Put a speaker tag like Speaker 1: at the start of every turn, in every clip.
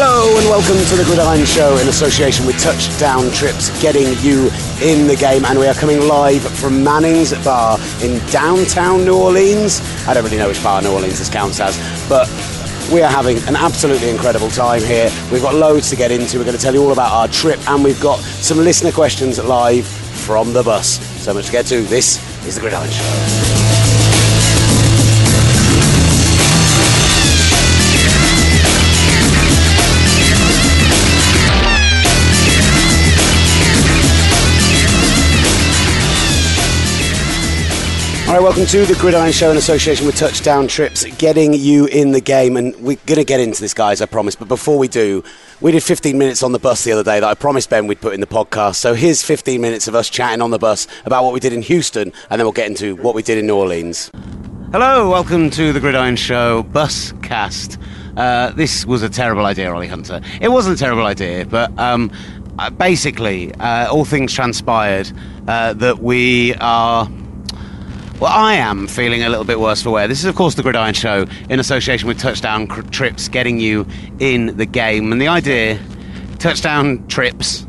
Speaker 1: Welcome to the Gridiron Show in association with Touchdown Trips, getting you in the game. And we are coming live from Manning's Bar in downtown New Orleans. I don't really know which bar New Orleans this counts as, but we are having an absolutely incredible time here. We've got loads to get into. We're going to tell you all about our trip, and we've got some listener questions live from the bus. So much to get to. This is the Gridiron Show. All right, welcome to the Gridiron Show in association with Touchdown Trips, getting you in the game. And we're going to get into this, guys, I promise. But before we do, we did 15 minutes on the bus the other day that I promised Ben we'd put in the podcast. So here's 15 minutes of us chatting on the bus about what we did in Houston, and then we'll get into what we did in New Orleans. Hello, welcome to the Gridiron Show bus cast. Uh, this was a terrible idea, Ollie Hunter. It wasn't a terrible idea, but um, uh, basically, uh, all things transpired uh, that we are. Well, I am feeling a little bit worse for wear. This is, of course, the Gridiron Show in association with Touchdown Cr- Trips, getting you in the game. And the idea, Touchdown Trips.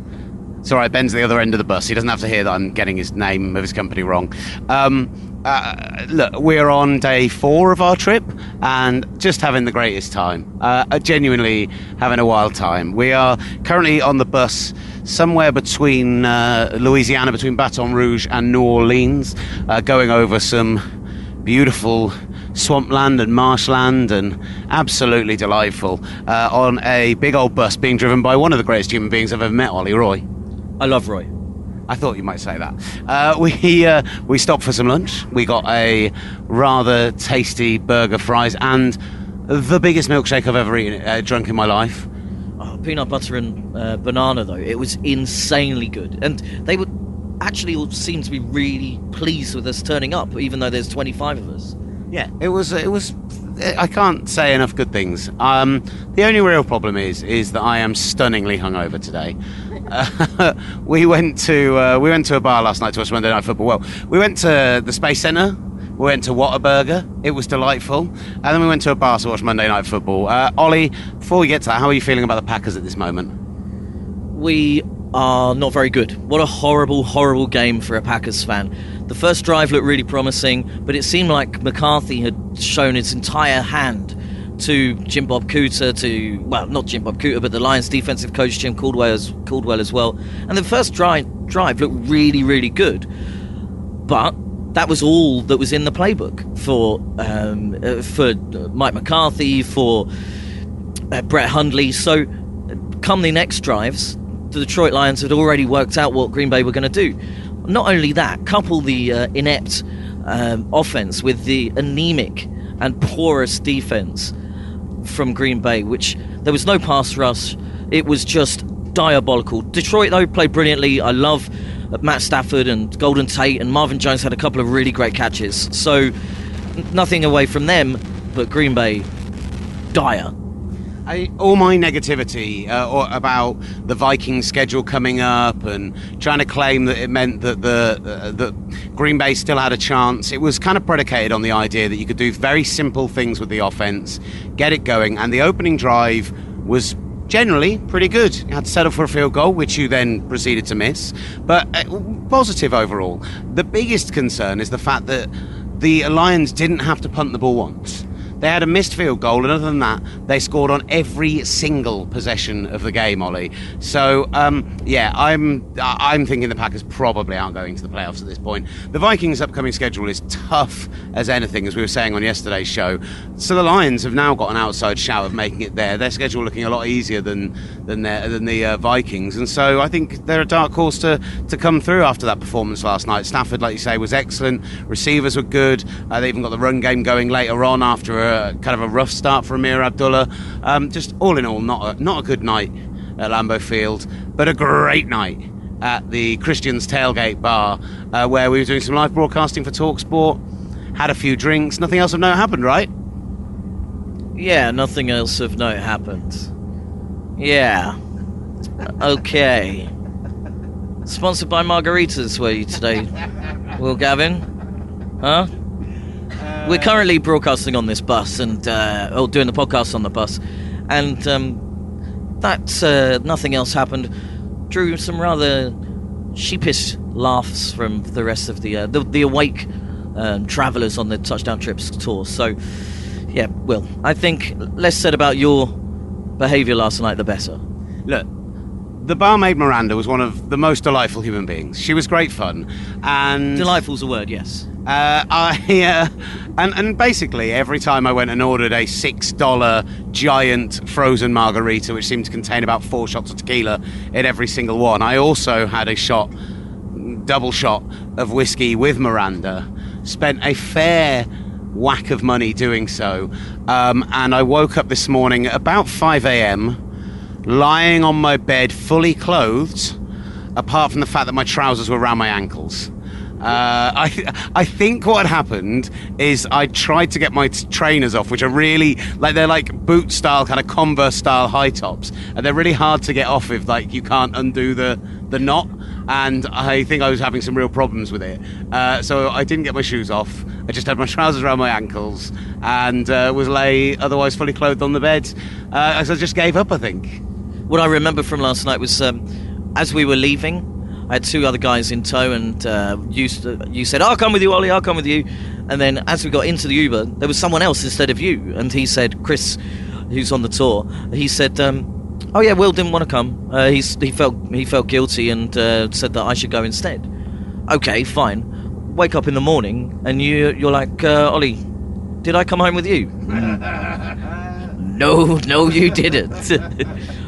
Speaker 1: It's all right. Ben's the other end of the bus. He doesn't have to hear that I'm getting his name of his company wrong. Um, uh, look, we're on day four of our trip and just having the greatest time. Uh, uh, genuinely having a wild time. We are currently on the bus somewhere between uh, Louisiana, between Baton Rouge and New Orleans, uh, going over some beautiful swampland and marshland and absolutely delightful uh, on a big old bus being driven by one of the greatest human beings I've ever met, Ollie Roy.
Speaker 2: I love Roy.
Speaker 1: I thought you might say that. Uh, we uh, we stopped for some lunch. We got a rather tasty burger, fries, and the biggest milkshake I've ever eaten, uh, drunk in my life.
Speaker 2: Oh, peanut butter and uh, banana though. It was insanely good, and they would actually all seem to be really pleased with us turning up, even though there's 25 of us.
Speaker 1: Yeah, it was. It was. I can't say enough good things. Um, the only real problem is is that I am stunningly hungover today. Uh, we went to uh, we went to a bar last night to watch Monday Night Football. Well, we went to the Space Centre. We went to Whataburger. It was delightful. And then we went to a bar to watch Monday Night Football. Uh, Ollie, before we get to that, how are you feeling about the Packers at this moment?
Speaker 2: We are not very good. What a horrible, horrible game for a Packers fan. The first drive looked really promising, but it seemed like McCarthy had shown his entire hand to Jim Bob Cooter, to well, not Jim Bob Cooter, but the Lions' defensive coach Jim Caldwell as, Caldwell as well. And the first drive drive looked really, really good but that was all that was in the playbook for um, uh, for Mike McCarthy for uh, Brett Hundley. So, uh, come the next drives, the Detroit Lions had already worked out what Green Bay were going to do. Not only that, couple the uh, inept um, offense with the anemic and porous defense from Green Bay, which there was no pass rush. It was just diabolical. Detroit, though, played brilliantly. I love uh, Matt Stafford and Golden Tate, and Marvin Jones had a couple of really great catches. So, n- nothing away from them, but Green Bay, dire.
Speaker 1: I, all my negativity uh, or about the Vikings schedule coming up and trying to claim that it meant that the uh, that Green Bay still had a chance. It was kind of predicated on the idea that you could do very simple things with the offense, get it going, and the opening drive was generally pretty good. You had to settle for a field goal, which you then proceeded to miss, but uh, positive overall. The biggest concern is the fact that the Lions didn't have to punt the ball once. They had a missed field goal, and other than that, they scored on every single possession of the game, Ollie. So, um, yeah, I'm I- I'm thinking the Packers probably aren't going to the playoffs at this point. The Vikings' upcoming schedule is tough as anything, as we were saying on yesterday's show. So the Lions have now got an outside shout of making it there. Their schedule looking a lot easier than than their, than the uh, Vikings, and so I think they're a dark horse to to come through after that performance last night. Stafford, like you say, was excellent. Receivers were good. Uh, they even got the run game going later on after a kind of a rough start for Amir Abdullah. Um, just all in all, not a, not a good night at Lambeau Field, but a great night at the Christians Tailgate Bar, uh, where we were doing some live broadcasting for Talksport. Had a few drinks. Nothing else of note happened, right?
Speaker 2: Yeah, nothing else of note happened. Yeah. Okay. Sponsored by Margaritas, were you today, Will Gavin? Huh? We're currently broadcasting on this bus and uh, oh, doing the podcast on the bus, and um, that uh, nothing else happened drew some rather sheepish laughs from the rest of the uh, the, the awake um, travellers on the touchdown trips tour. So, yeah, Will, I think less said about your behaviour last night, the better.
Speaker 1: Look, the barmaid Miranda was one of the most delightful human beings. She was great fun, and
Speaker 2: Delightful's a word, yes.
Speaker 1: Uh, I uh, and and basically every time I went and ordered a six dollar giant frozen margarita, which seemed to contain about four shots of tequila in every single one. I also had a shot, double shot of whiskey with Miranda. Spent a fair whack of money doing so, um, and I woke up this morning at about five a.m. lying on my bed fully clothed, apart from the fact that my trousers were around my ankles. Uh, I I think what happened is I tried to get my t- trainers off, which are really like they're like boot style kind of Converse style high tops, and they're really hard to get off if like you can't undo the the knot. And I think I was having some real problems with it, uh, so I didn't get my shoes off. I just had my trousers around my ankles and uh, was lay otherwise fully clothed on the bed. Uh, so I just gave up, I think.
Speaker 2: What I remember from last night was um, as we were leaving, I had two other guys in tow, and uh, you, s- you said, I'll come with you, Ollie, I'll come with you. And then as we got into the Uber, there was someone else instead of you. And he said, Chris, who's on the tour, he said, um, Oh, yeah, Will didn't want to come. Uh, he's, he, felt, he felt guilty and uh, said that I should go instead. Okay, fine. Wake up in the morning, and you, you're like, uh, Ollie, did I come home with you? No, no, you didn't.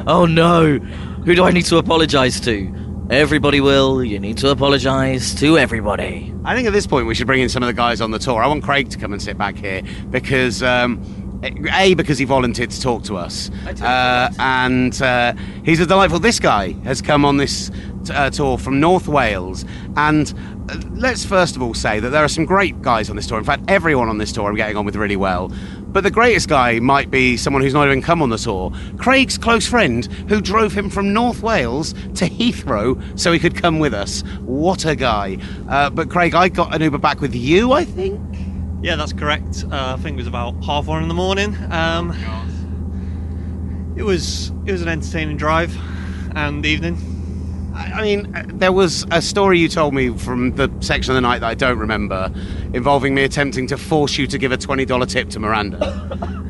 Speaker 2: oh no. Who do I need to apologize to? Everybody will. You need to apologize to everybody.
Speaker 1: I think at this point we should bring in some of the guys on the tour. I want Craig to come and sit back here because. Um, a because he volunteered to talk to us,
Speaker 2: totally
Speaker 1: uh, and uh, he's a delightful. This guy has come on this t- uh, tour from North Wales, and uh, let's first of all say that there are some great guys on this tour. In fact, everyone on this tour I'm getting on with really well. But the greatest guy might be someone who's not even come on the tour. Craig's close friend, who drove him from North Wales to Heathrow so he could come with us. What a guy! Uh, but Craig, I got an Uber back with you, I think.
Speaker 3: Yeah, that's correct. Uh, I think it was about half one in the morning. Um, it was it was an entertaining drive and evening.
Speaker 1: I I mean, uh, there was a story you told me from the section of the night that I don't remember, involving me attempting to force you to give a twenty dollar tip to Miranda.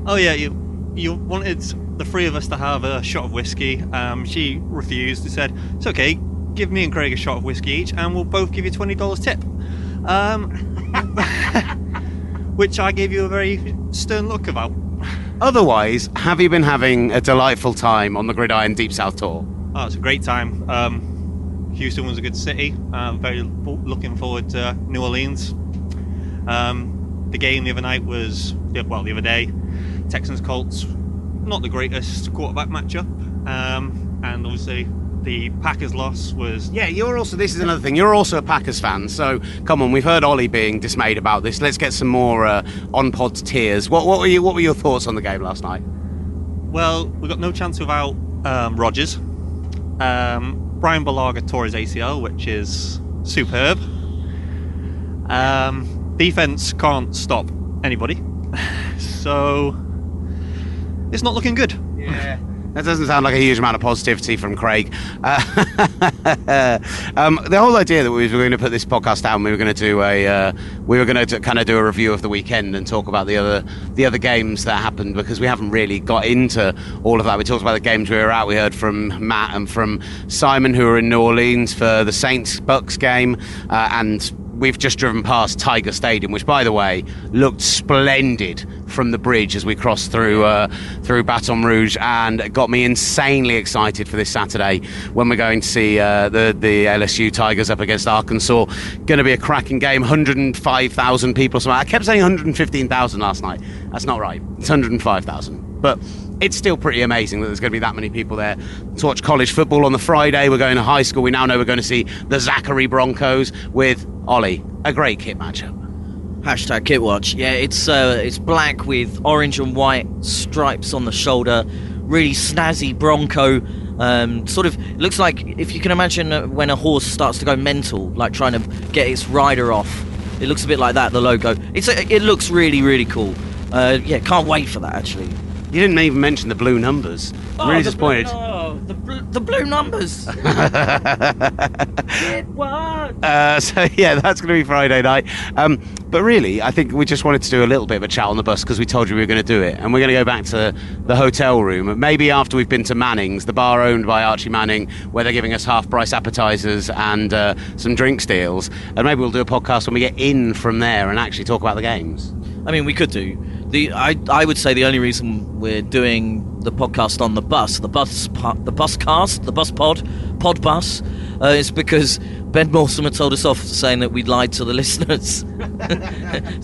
Speaker 3: Oh yeah, you you wanted the three of us to have a shot of whiskey. Um, she refused and said, "It's okay. Give me and Craig a shot of whiskey each, and we'll both give you twenty dollars tip." Um, which I gave you a very stern look about.
Speaker 1: Otherwise, have you been having a delightful time on the Gridiron Deep South tour?
Speaker 3: Oh, it's a great time. Um, Houston was a good city. I'm very lo- looking forward to New Orleans. Um, the game the other night was, yeah, well, the other day, Texans Colts, not the greatest quarterback matchup. Um, and obviously, the Packers loss was.
Speaker 1: Yeah, you're also. This is another thing. You're also a Packers fan, so come on. We've heard Ollie being dismayed about this. Let's get some more uh, on pod tears. What, what were you? What were your thoughts on the game last night?
Speaker 3: Well, we got no chance without um, Rogers. Um, Brian Balaga tore his ACL, which is superb. Um, defense can't stop anybody, so it's not looking good.
Speaker 1: Yeah. That doesn't sound like a huge amount of positivity from Craig. Uh, um, the whole idea that we were going to put this podcast down, we were going to do a, uh, we were going to kind of do a review of the weekend and talk about the other, the other games that happened because we haven't really got into all of that. We talked about the games we were at. We heard from Matt and from Simon who were in New Orleans for the Saints Bucks game, uh, and we've just driven past Tiger Stadium, which, by the way, looked splendid from the bridge as we crossed through uh, through Baton Rouge, and it got me insanely excited for this Saturday when we're going to see uh, the the LSU Tigers up against Arkansas. Going to be a cracking game. 105,000 people. Somewhere. I kept saying 115,000 last night. That's not right. It's 105,000, but. It's still pretty amazing that there's going to be that many people there to watch college football on the Friday. We're going to high school. We now know we're going to see the Zachary Broncos with Ollie, a great kit matchup.
Speaker 2: Hashtag Kitwatch. Yeah, it's uh, it's black with orange and white stripes on the shoulder. Really snazzy Bronco. Um, sort of it looks like if you can imagine uh, when a horse starts to go mental, like trying to get its rider off. It looks a bit like that. The logo. It's a, it looks really really cool. Uh, yeah, can't wait for that actually.
Speaker 1: You didn't even mention the Oh, blue numbers. I'm really disappointed.
Speaker 2: The, Oh, bl- the blue numbers. it worked.
Speaker 1: Uh, so yeah, that's going to be Friday night. Um, but really, I think we just wanted to do a little bit of a chat on the bus because we told you we were going to do it, and we're going to go back to the hotel room. Maybe after we've been to Manning's, the bar owned by Archie Manning, where they're giving us half-price appetizers and uh, some drinks deals, and maybe we'll do a podcast when we get in from there and actually talk about the games.
Speaker 2: I mean, we could do. The I I would say the only reason we're doing the podcast on the bus, the bus, po- the bus cast, the bus pod, pod bus, uh, is because Ben Mortimer told us off saying that we'd lied to the listeners,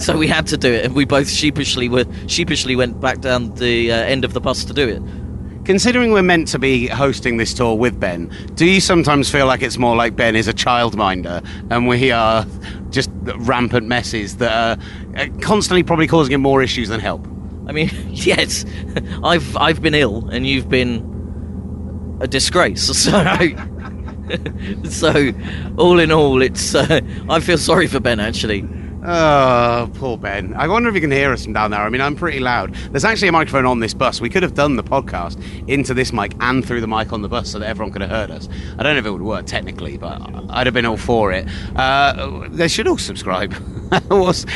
Speaker 2: so we had to do it, and we both sheepishly were sheepishly went back down the uh, end of the bus to do it.
Speaker 1: Considering we're meant to be hosting this tour with Ben, do you sometimes feel like it's more like Ben is a childminder and we are just rampant messes that are uh, constantly probably causing him more issues than help?
Speaker 2: I mean, yes, I've I've been ill, and you've been a disgrace. So, so all in all, it's uh, I feel sorry for Ben actually.
Speaker 1: Oh, poor Ben. I wonder if you can hear us from down there. I mean, I'm pretty loud. There's actually a microphone on this bus. We could have done the podcast into this mic and through the mic on the bus so that everyone could have heard us. I don't know if it would work technically, but I'd have been all for it. Uh, they should all subscribe. What's-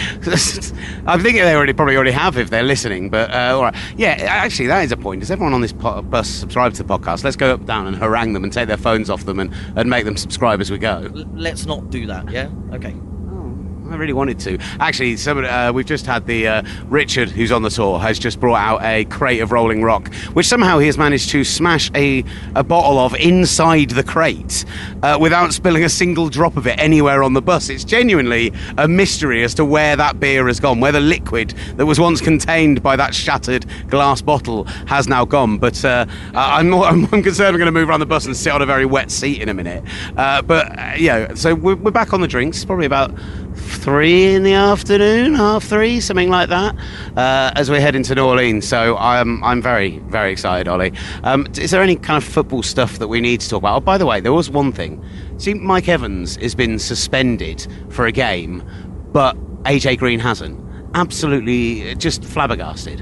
Speaker 1: I'm thinking they already probably already have if they're listening, but uh, all right. Yeah, actually, that is a point. Does everyone on this po- bus subscribe to the podcast? Let's go up, down, and harangue them and take their phones off them and, and make them subscribe as we go.
Speaker 2: L- let's not do that. Yeah. Okay.
Speaker 1: Oh, I really wanted to. Actually, somebody, uh, we've just had the uh, Richard, who's on the tour, has just brought out a crate of Rolling Rock, which somehow he has managed to smash a, a bottle of inside the crate uh, without spilling a single drop of it anywhere on the bus. It's genuinely a mystery as to where that beer has gone, where the liquid that was once contained by that shattered glass bottle has now gone. But uh, I- I'm, more, I'm concerned we're going to move around the bus and sit on a very wet seat in a minute. Uh, but uh, yeah, so we're, we're back on the drinks, probably about three in the afternoon, half three, something like that, uh, as we're heading to New Orleans. So I'm, I'm very, very excited, Ollie. Um, d- is there any kind of football stuff that we need to talk about? Oh, by the way, there was one thing. See, Mike Evans has been suspended for a game, but AJ Green hasn't. Absolutely uh, just flabbergasted.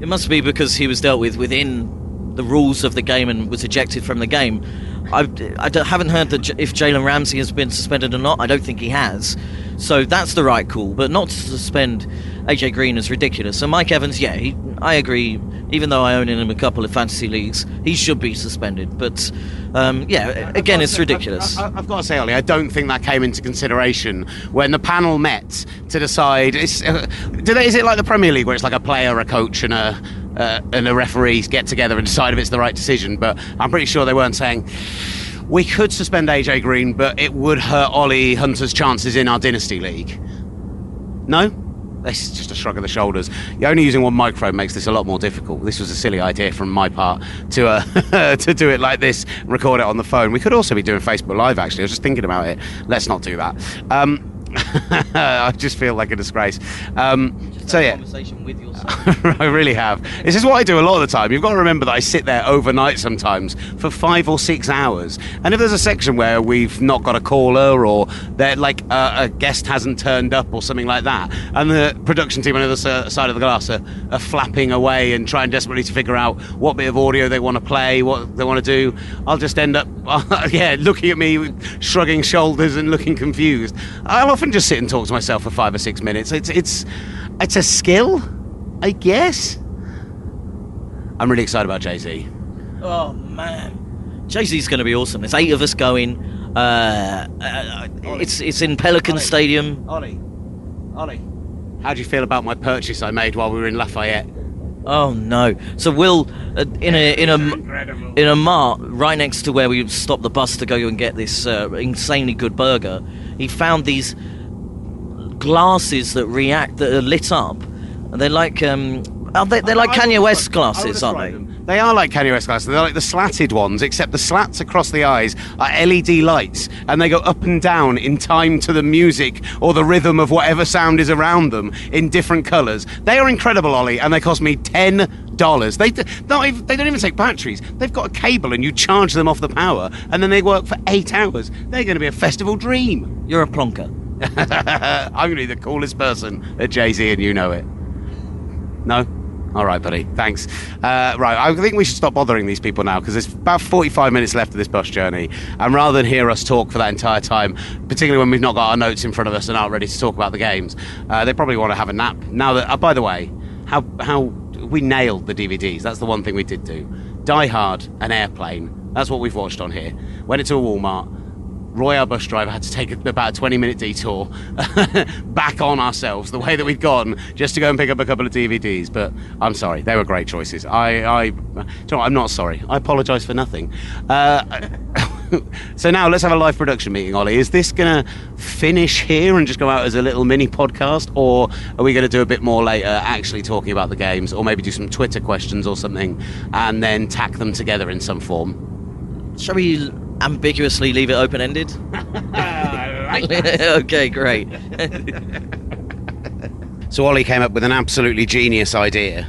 Speaker 2: It must be because he was dealt with within the rules of the game and was ejected from the game. I've, I don't- haven't heard that J- if Jalen Ramsey has been suspended or not. I don't think he has. So that's the right call. But not to suspend AJ Green is ridiculous. And Mike Evans, yeah, he, I agree. Even though I own him in a couple of fantasy leagues, he should be suspended. But um, yeah, again, it's ridiculous.
Speaker 1: I, have got to say, Ollie, I don't think that came into consideration when the panel met to decide. Is, uh, do they, is it like the Premier League where it's like a player, a coach, and a uh, and a referee get together and decide if it's the right decision? But I'm pretty sure they weren't saying. We could suspend AJ Green, but it would hurt Ollie Hunter's chances in our Dynasty League. No? This is just a shrug of the shoulders. You're only using one microphone makes this a lot more difficult. This was a silly idea from my part to uh, to do it like this, record it on the phone. We could also be doing Facebook Live, actually. I was just thinking about it. Let's not do that. Um, I just feel like a disgrace. Um, so, yeah.
Speaker 2: Conversation with yourself.
Speaker 1: I really have. This is what I do a lot of the time. You've got to remember that I sit there overnight sometimes for five or six hours. And if there's a section where we've not got a caller or that like uh, a guest hasn't turned up or something like that, and the production team on the other s- side of the glass are, are flapping away and trying desperately to figure out what bit of audio they want to play, what they want to do, I'll just end up, yeah, looking at me, shrugging shoulders and looking confused. I'll often just sit and talk to myself for five or six minutes. It's it's it's a skill. I guess. I'm really excited about Jay Z.
Speaker 2: Oh man, Jay Z's going to be awesome. There's eight of us going. Uh, uh, it's it's in Pelican
Speaker 1: Ollie.
Speaker 2: Stadium.
Speaker 1: Ollie, Ollie, how do you feel about my purchase I made while we were in Lafayette?
Speaker 2: Oh no! So Will uh, in a in a in a mart right next to where we stopped the bus to go and get this uh, insanely good burger. He found these glasses that react that are lit up, and they're like um, are they, they're like
Speaker 1: I- I
Speaker 2: Kanye
Speaker 1: would
Speaker 2: West
Speaker 1: describe- I would
Speaker 2: glasses, aren't
Speaker 1: describe
Speaker 2: they?
Speaker 1: them. They are like Kanye West glasses. They're like the slatted ones, except the slats across the eyes are LED lights, and they go up and down in time to the music or the rhythm of whatever sound is around them in different colours. They are incredible, Ollie, and they cost me ten dollars. They d- not even, they don't even take batteries. They've got a cable, and you charge them off the power, and then they work for eight hours. They're going to be a festival dream.
Speaker 2: You're a plonker.
Speaker 1: Uh, I'm going to be the coolest person at Jay Z, and you know it. No. All right, buddy. Thanks. Uh, right, I think we should stop bothering these people now because there's about 45 minutes left of this bus journey. And rather than hear us talk for that entire time, particularly when we've not got our notes in front of us and aren't ready to talk about the games, uh, they probably want to have a nap. Now that, uh, by the way, how how we nailed the DVDs. That's the one thing we did do. Die Hard and Airplane. That's what we've watched on here. Went into a Walmart. Roy, our bus driver, had to take about a 20 minute detour back on ourselves the way that we'd gone just to go and pick up a couple of DVDs. But I'm sorry, they were great choices. I, I, do you know what, I'm not sorry. I apologise for nothing. Uh, so now let's have a live production meeting, Ollie. Is this going to finish here and just go out as a little mini podcast, or are we going to do a bit more later, actually talking about the games, or maybe do some Twitter questions or something, and then tack them together in some form?
Speaker 2: Shall we ambiguously leave it open ended? okay, great.
Speaker 1: So Ollie came up with an absolutely genius idea,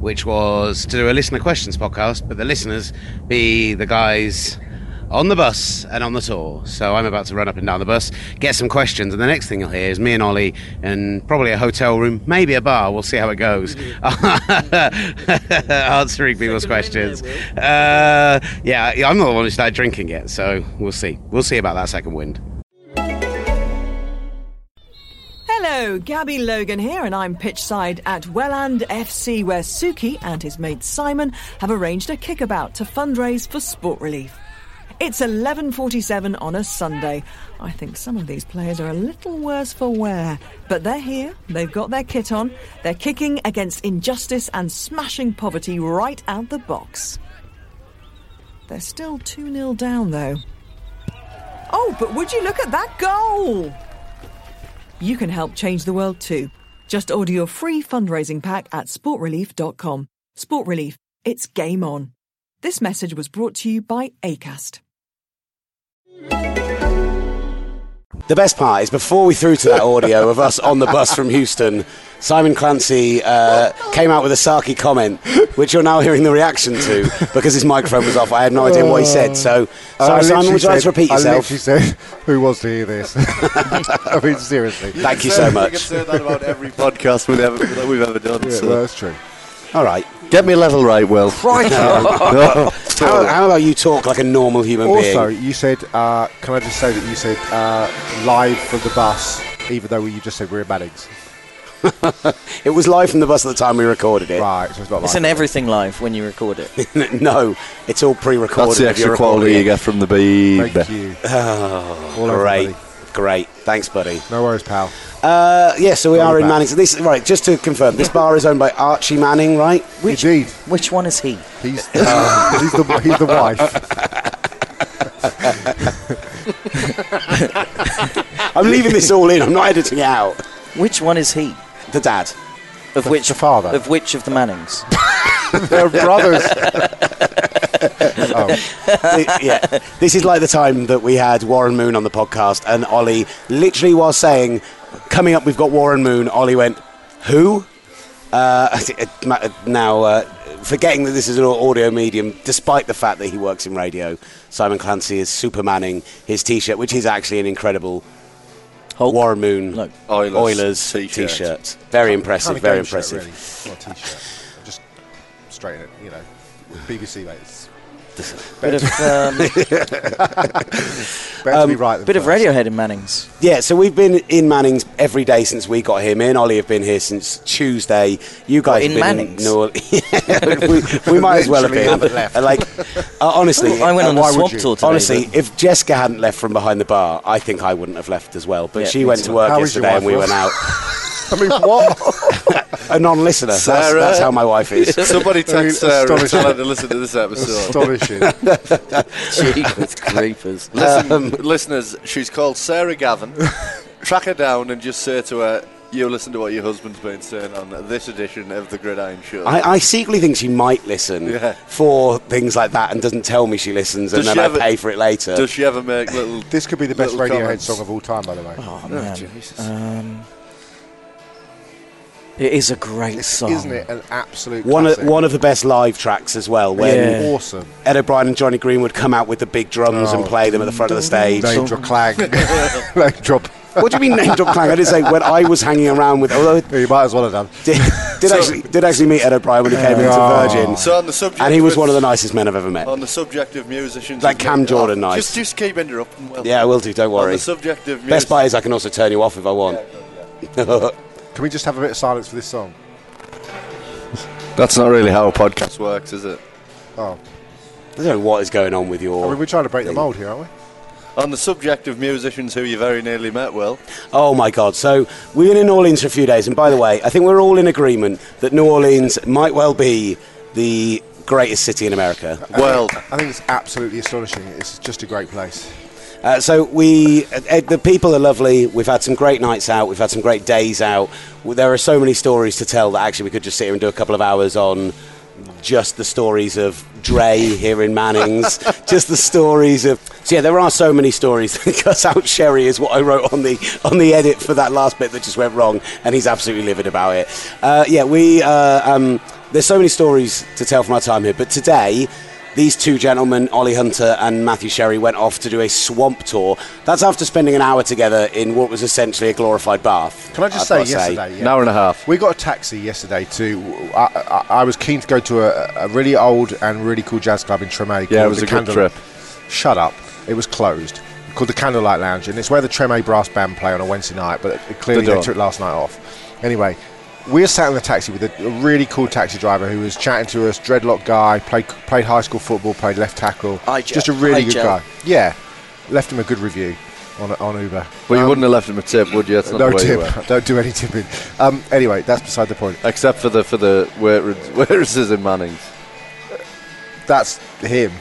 Speaker 1: which was to do a listener questions podcast, but the listeners be the guys on the bus and on the tour. So I'm about to run up and down the bus, get some questions, and the next thing you'll hear is me and Ollie and probably a hotel room, maybe a bar. We'll see how it goes. Answering people's questions. Uh, yeah, I'm not the one who started drinking yet, so we'll see. We'll see about that second wind.
Speaker 4: Hello, Gabby Logan here, and I'm pitchside at Welland FC, where Suki and his mate Simon have arranged a kickabout to fundraise for sport relief. It's 11:47 on a Sunday. I think some of these players are a little worse for wear, but they're here. They've got their kit on. They're kicking against injustice and smashing poverty right out the box. They're still 2-0 down though. Oh, but would you look at that goal? You can help change the world too. Just order your free fundraising pack at sportrelief.com. Sport Relief, it's game on. This message was brought to you by ACAST.
Speaker 1: The best part is before we threw to that audio of us on the bus from Houston, Simon Clancy uh, came out with a Saki comment, which you're now hearing the reaction to because his microphone was off. I had no idea what he said. So,
Speaker 5: Oh. I
Speaker 1: sorry, Simon,
Speaker 5: literally
Speaker 1: would you like to
Speaker 5: said-
Speaker 1: repeat
Speaker 5: I
Speaker 1: yourself?
Speaker 5: literally said, who wants to hear this? I mean, seriously.
Speaker 1: Thank you so much.
Speaker 6: You can say that about every podcast we've ever, that we've ever done.
Speaker 5: Yeah,
Speaker 6: so.
Speaker 5: well, that's true.
Speaker 1: All right.
Speaker 6: Get me level right, Will. Right.
Speaker 1: How, how about you talk like a normal human
Speaker 5: Also,
Speaker 1: being?
Speaker 5: you said, uh, can I just say that you said uh, live from the bus, even though you just said we're in Mannings?
Speaker 1: It was live from the bus at the time we recorded it.
Speaker 5: Right, so it's not
Speaker 2: It's
Speaker 5: live.
Speaker 2: in everything live when you record it.
Speaker 1: no, it's all pre-recorded.
Speaker 6: That's the
Speaker 1: if you're
Speaker 6: extra quality
Speaker 1: recording
Speaker 6: you
Speaker 1: it.
Speaker 6: get from the bee.
Speaker 5: Thank you. All over,
Speaker 1: Great,
Speaker 5: buddy.
Speaker 1: great. Thanks, buddy.
Speaker 5: No worries, pal.
Speaker 1: Uh, yeah, so we
Speaker 5: I'll
Speaker 1: are
Speaker 5: be
Speaker 1: in
Speaker 5: back.
Speaker 1: Manning's. This right, just to confirm, this bar is owned by Archie Manning, right?
Speaker 5: Indeed.
Speaker 2: Which one is he?
Speaker 5: He's, um, he's, the, he's the wife.
Speaker 1: I'm leaving this all in. I'm not editing it out.
Speaker 2: Which one is he?
Speaker 1: The dad.
Speaker 2: Of which
Speaker 5: the father.
Speaker 2: Of which of the Mannings?
Speaker 5: They're brothers.
Speaker 1: The- Um, yeah. This is like the time that we had Warren Moon on the podcast, and Ollie literally was saying, "Coming up, we've got Warren Moon." Ollie went, "Who?" Uh, now, uh, forgetting that this is an audio medium, despite the fact that he works in radio, Simon Clancy is supermanning his T-shirt, which is actually an incredible
Speaker 2: Hulk?
Speaker 1: Warren Moon
Speaker 2: No.
Speaker 6: Oilers
Speaker 1: Oilers
Speaker 6: t-shirt.
Speaker 1: T-shirt. Very
Speaker 5: Can't
Speaker 1: impressive.
Speaker 5: be
Speaker 1: Very
Speaker 5: game shirt,
Speaker 1: impressive.
Speaker 5: really. Not a t-shirt. Just straighten it, you know. BBC, mate. It's
Speaker 2: Bit of, um,
Speaker 5: better to be right than
Speaker 2: bit of
Speaker 5: first.
Speaker 2: Radiohead in Mannings.
Speaker 1: Yeah, so we've been in Manning's every day since we got here. Me and Ollie have been here since Tuesday. You guys
Speaker 2: in
Speaker 1: have been
Speaker 2: Manning's?
Speaker 1: No, we, we might as well have
Speaker 5: Literally
Speaker 1: been.
Speaker 5: haven't left.
Speaker 1: Uh, Like, uh, honestly,
Speaker 2: I went
Speaker 1: uh,
Speaker 2: on a
Speaker 1: why would
Speaker 2: swamp
Speaker 1: you?
Speaker 2: tour today.
Speaker 1: Honestly, if Jessica hadn't left from behind the bar, I think I wouldn't have left as well. But
Speaker 2: Yeah,
Speaker 1: she
Speaker 2: me
Speaker 1: went
Speaker 2: too.
Speaker 1: to work
Speaker 5: How is your
Speaker 1: yesterday, and we
Speaker 5: wife, Ross?
Speaker 1: went out.
Speaker 5: I mean, what?
Speaker 1: A non-listener. That's,
Speaker 6: Sarah.
Speaker 1: that's how my wife is.
Speaker 6: Somebody text
Speaker 5: I mean,
Speaker 6: Sarah and
Speaker 5: astonishing.
Speaker 6: tell her to listen to this episode.
Speaker 5: Astonishing.
Speaker 2: Jesus creepers.
Speaker 6: Listen, listeners, she's called Sarah Gavin. Track her down and just say to her, you listen to what your husband's been saying on this edition of the Gridiron Show.
Speaker 1: I, I secretly think she might listen
Speaker 6: Yeah.
Speaker 1: for things like that and doesn't tell me she listens, and
Speaker 6: Does
Speaker 1: then
Speaker 6: she
Speaker 1: I
Speaker 6: have a-
Speaker 1: pay for it later.
Speaker 6: Does she ever make little?
Speaker 5: This could be the best
Speaker 6: little
Speaker 5: Radiohead
Speaker 6: comments?
Speaker 5: song of all time, by the way.
Speaker 2: Oh,
Speaker 6: No,
Speaker 2: man.
Speaker 6: Jesus.
Speaker 2: Um, it is a great song.
Speaker 5: Isn't it an absolute
Speaker 1: one of,
Speaker 5: classic?
Speaker 1: one of the best live tracks as well. When
Speaker 2: Yeah.
Speaker 5: Awesome.
Speaker 1: Ed O'Brien and Johnny Green would come out with the big drums and
Speaker 5: Oh.
Speaker 1: play them at the front of the stage.
Speaker 5: Name drop clang. Name drop.
Speaker 1: what do you mean name drop clang? I didn't say when I was hanging around with. Although
Speaker 5: You might as well have done.
Speaker 1: did, Did actually did actually meet Ed O'Brien when he came into Virgin,
Speaker 6: So on the subject,
Speaker 1: and he was
Speaker 6: of-
Speaker 1: one of the nicest men I've ever met.
Speaker 6: On the subject of musicians,
Speaker 1: Like Cam
Speaker 6: Oh,
Speaker 1: Jordan, nice.
Speaker 6: Just, just keep interrupting. Will.
Speaker 1: Yeah, I will do. Don't
Speaker 6: On
Speaker 1: worry.
Speaker 6: the subject of
Speaker 1: Best
Speaker 6: music,
Speaker 1: Buy is I can also turn you off if I want.
Speaker 5: Can we just have a bit of silence for this song?
Speaker 6: that's not really how a podcast works, is it?
Speaker 5: Oh,
Speaker 1: I don't know what is going on with
Speaker 5: I
Speaker 1: your.
Speaker 5: mean, we're trying to break the mould here, aren't we?
Speaker 6: On the subject of musicians who you very nearly met, Will.
Speaker 1: Oh my God! So we were in New Orleans for a few days, and by the way, I think we're all in agreement that New Orleans might well be the greatest city in America.
Speaker 5: Uh,
Speaker 6: Well,
Speaker 5: I think it's absolutely astonishing. It's just a great place.
Speaker 1: Uh, so we, uh, Ed, the people are lovely. We've had some great nights out. We've had some great days out. W- There are so many stories to tell that actually we could just sit here and do a couple of hours on just the stories of Dre here in Manning's, just the stories of. So yeah, there are so many stories. Cuss out Sherry is what I wrote on the on the edit for that last bit that just went wrong, and he's absolutely livid about it. Uh, yeah, we. Uh, um, there's so many stories to tell from our time here, but today these two gentlemen, Ollie Hunter and Matthew Sherry, went off to do a swamp tour. That's after spending an hour together in what was essentially a glorified bath.
Speaker 5: Can I just say
Speaker 1: I've gotta
Speaker 5: yesterday? yeah,
Speaker 6: an hour and a half.
Speaker 5: We got a taxi yesterday to. I, I, I was keen to go to a, a really old and really cool jazz club in Treme.
Speaker 6: Yeah, it
Speaker 5: called
Speaker 6: was
Speaker 5: the
Speaker 6: a good
Speaker 5: Candle-
Speaker 6: trip.
Speaker 5: Shut up! It was closed. Called the Candlelight Lounge, and it's where the Treme brass band play on a Wednesday night. But it- clearly
Speaker 6: They
Speaker 5: they
Speaker 6: don't.
Speaker 5: took last night off. Anyway, we sat in the taxi with a, a really cool taxi driver who was chatting to us. Dreadlock guy, played played high school football, played left tackle.
Speaker 2: Eye gel.
Speaker 5: Just a really
Speaker 2: Eye
Speaker 5: good
Speaker 2: gel.
Speaker 5: guy. Yeah, left him a good review on on Uber.
Speaker 6: Well, you
Speaker 5: Um,
Speaker 6: wouldn't have left him a tip, would you? That's not
Speaker 5: no
Speaker 6: the way you
Speaker 5: tip.
Speaker 6: were.
Speaker 5: Don't do any tipping. Um, anyway, that's beside the point.
Speaker 6: Except for the for the waitresses in Manning's.
Speaker 5: That's him.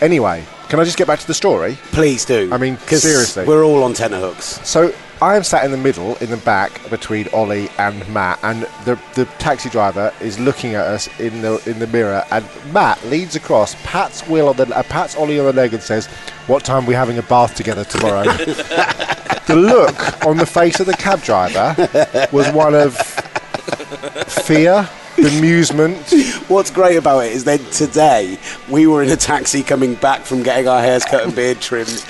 Speaker 5: Anyway, can I just get back to the story?
Speaker 1: Please do.
Speaker 5: I mean,
Speaker 1: 'Cause
Speaker 5: seriously.
Speaker 1: We're all on tenterhooks.
Speaker 5: So I am sat in the middle, in the back, between Ollie and Matt, and the, the taxi driver is looking at us in the in the mirror, and Matt leans across, pats Will on the uh, pats Ollie on the leg, and says, "What time are we having a bath together tomorrow?" the look on the face of the cab driver was one of fear, bemusement.
Speaker 1: What's great about it is then today we were in a taxi coming back from getting our hairs cut and beard trimmed,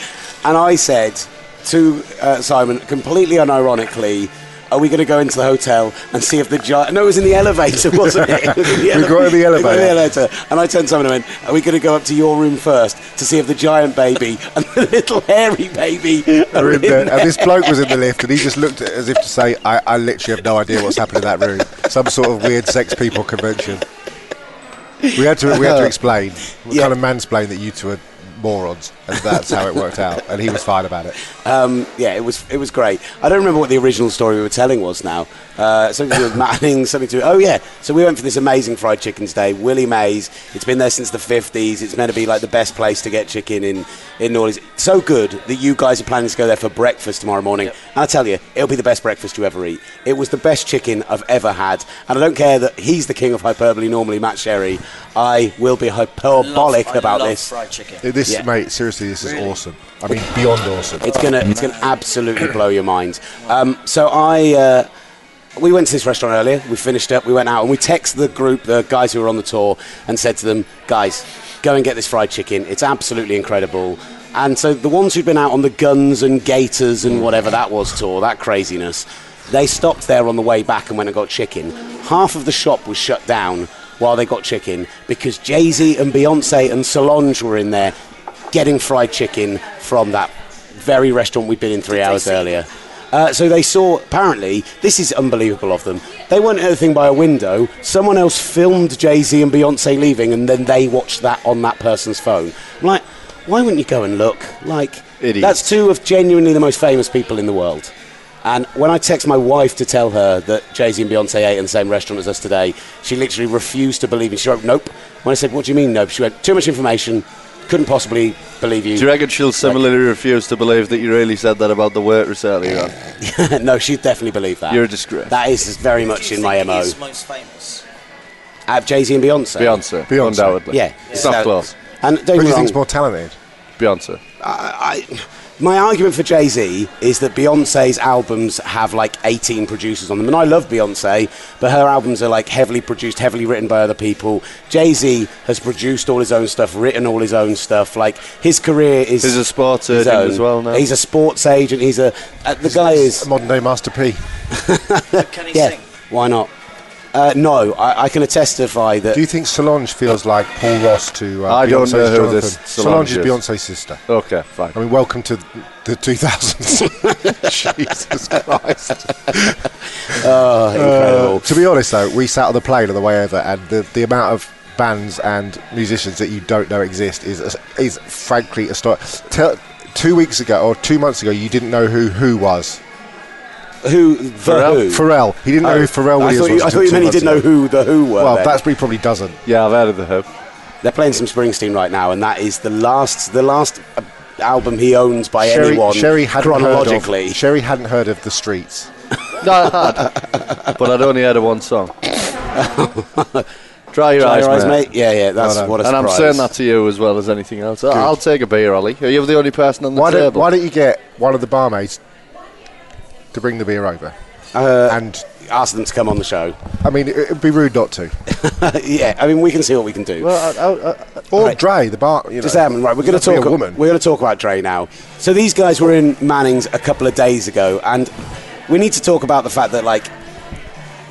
Speaker 1: and I said to uh, Simon, completely unironically, are we going to go into the hotel and see if the giant? No, it was in the elevator, wasn't it? It was in the
Speaker 5: We got in the
Speaker 1: we got in the
Speaker 5: elevator.
Speaker 1: elevator, and I turned to Simon and went, "Are we going to go up to your room first to see if the giant baby and the little hairy baby are,
Speaker 5: were in
Speaker 1: in
Speaker 5: there,
Speaker 1: there?"
Speaker 5: and this bloke was in the lift, and he just looked at it as if to say, I, "I literally have no idea what's happened in that room. Some sort of weird sex people convention." We had to we had to explain, we
Speaker 1: Yeah.
Speaker 5: kind of mansplain that you two are morons, and that's how it worked out. And he was fine about it.
Speaker 1: Um, yeah, it was it was great. I don't remember what the original story we were telling was now. Uh, something to do with Manning, something to oh yeah. So we went for this amazing fried chicken today, Willie Mays. It's been there since the fifties. It's meant to be like the best place to get chicken in in New Orleans. So good that you guys are planning to go there for breakfast tomorrow morning. And I tell you, it'll be the best breakfast you ever eat. It was the best chicken I've ever had, and I don't care that he's the king of hyperbole. Normally, Matt Sherry, I will be hyperbolic
Speaker 2: Love- I
Speaker 1: about
Speaker 2: love
Speaker 1: this.
Speaker 2: Fried chicken.
Speaker 5: This
Speaker 1: Yeah.
Speaker 5: mate, seriously, this is awesome. I mean, beyond awesome.
Speaker 1: It's gonna, it's gonna absolutely blow your mind. Um, so I, uh, we went to this restaurant earlier. We finished up. We went out and we texted the group, the guys who were on the tour, and said to them, guys, go and get this fried chicken. It's absolutely incredible. And so the ones who'd been out on the guns and gators and whatever that was tour, that craziness, they stopped there on the way back and went and got chicken. Half of the shop was shut down while they got chicken because Jay Z and Beyonce and Solange were in there getting fried chicken from that very restaurant we'd been in three hours earlier. Uh, so they saw, apparently, this is unbelievable of them. They weren't at the thing by a window. Someone else filmed Jay Z and Beyonce leaving, and then they watched that on that person's phone. I'm like, why wouldn't you go and look? Like,
Speaker 6: Idiots.
Speaker 1: that's two of genuinely the most famous people in the world. And when I text my wife to tell her that Jay Z and Beyonce ate in the same restaurant as us today, she literally refused to believe me. She wrote, nope. When I said, what do you mean, nope? She went, too much information. Couldn't possibly believe you.
Speaker 6: Do you reckon she'll similarly refuse to believe that you really said that about the waitress earlier on?
Speaker 1: no, she'd definitely believe that.
Speaker 6: You're a disgrace.
Speaker 1: That is very
Speaker 2: Who
Speaker 1: much
Speaker 2: do you
Speaker 1: in my
Speaker 2: think
Speaker 1: MO.
Speaker 2: is most famous?
Speaker 1: At Jay Z and Beyonce.
Speaker 6: Beyonce,
Speaker 5: Beyonce.
Speaker 6: undoubtedly.
Speaker 1: Yeah.
Speaker 6: It's not
Speaker 1: So-
Speaker 6: close.
Speaker 1: And don't get
Speaker 5: Who do
Speaker 1: me
Speaker 5: you
Speaker 1: wrong,
Speaker 5: think's more talented?
Speaker 6: Beyonce.
Speaker 1: I, I- my argument for Jay Z is that Beyonce's albums have like 18 producers on them, and I love Beyonce, but her albums are like heavily produced, heavily written by other people. Jay Z has produced all his own stuff, written all his own stuff. Like his career is
Speaker 6: He's a sports
Speaker 1: his
Speaker 6: agent
Speaker 1: own.
Speaker 6: as well now.
Speaker 1: He's a sports agent. He's a uh, the guy is
Speaker 5: modern day Master P.
Speaker 2: But can he
Speaker 1: yeah.
Speaker 2: sing?
Speaker 1: Why not? Uh, no, I, I can testify that.
Speaker 5: Do you think Solange feels like Paul Ross to? Uh,
Speaker 6: I don't
Speaker 5: Beyonce's
Speaker 6: know who
Speaker 5: Jonathan?
Speaker 6: this
Speaker 5: Solange,
Speaker 6: Solange
Speaker 5: is
Speaker 6: is.
Speaker 5: Beyonce's sister.
Speaker 6: Okay, fine.
Speaker 5: I mean, welcome to the 2000s. Jesus Christ.
Speaker 1: oh, incredible.
Speaker 5: Uh, to be honest, though, we sat on the plane on the way over, and the, the amount of bands and musicians that you don't know exist is is frankly astonishing. Tell, two weeks ago or two months ago, you didn't know who who was.
Speaker 1: who? The who? Oh,
Speaker 5: Pharrell. He didn't know who Pharrell
Speaker 1: I
Speaker 5: Williams
Speaker 1: thought
Speaker 5: was.
Speaker 1: you, I
Speaker 5: until
Speaker 1: thought you
Speaker 5: two
Speaker 1: meant he
Speaker 5: months
Speaker 1: didn't know
Speaker 5: ago.
Speaker 1: who the who were.
Speaker 5: Well,
Speaker 1: then.
Speaker 5: that's he probably doesn't.
Speaker 6: Yeah, I've heard of the Hope.
Speaker 1: They're playing some Springsteen right now, and that is the last the last uh, album he owns by
Speaker 5: Sherry,
Speaker 1: anyone
Speaker 5: Sherry hadn't
Speaker 1: chronologically.
Speaker 5: Heard of, Sherry hadn't heard of the streets.
Speaker 6: No, I had, but I'd only heard of one song. Dry your
Speaker 1: Dry
Speaker 6: eyes,
Speaker 1: your eyes,
Speaker 6: mate.
Speaker 1: mate. Yeah, yeah. That's
Speaker 5: No, no.
Speaker 1: what a
Speaker 6: and I'm
Speaker 1: surprise.
Speaker 6: saying that to you as well as anything else. I- I'll take a beer, Ollie. You're the only person on the
Speaker 5: Why don't,
Speaker 6: table.
Speaker 5: why don't you get one of the barmaids to bring the beer over?
Speaker 1: Uh,
Speaker 5: and
Speaker 1: Ask them to come on the show.
Speaker 5: I mean, it, it'd be rude not to.
Speaker 1: yeah, I mean, we can see what we can do.
Speaker 6: well, I, I, I,
Speaker 5: Or
Speaker 1: Right.
Speaker 5: Dre, the bar. You know,
Speaker 1: Just happened, right? We're going to
Speaker 5: Must be
Speaker 1: talk.
Speaker 5: A woman.
Speaker 1: We're going to talk about Dre now. So these guys were in Manning's a couple of days ago, and we need to talk about the fact that like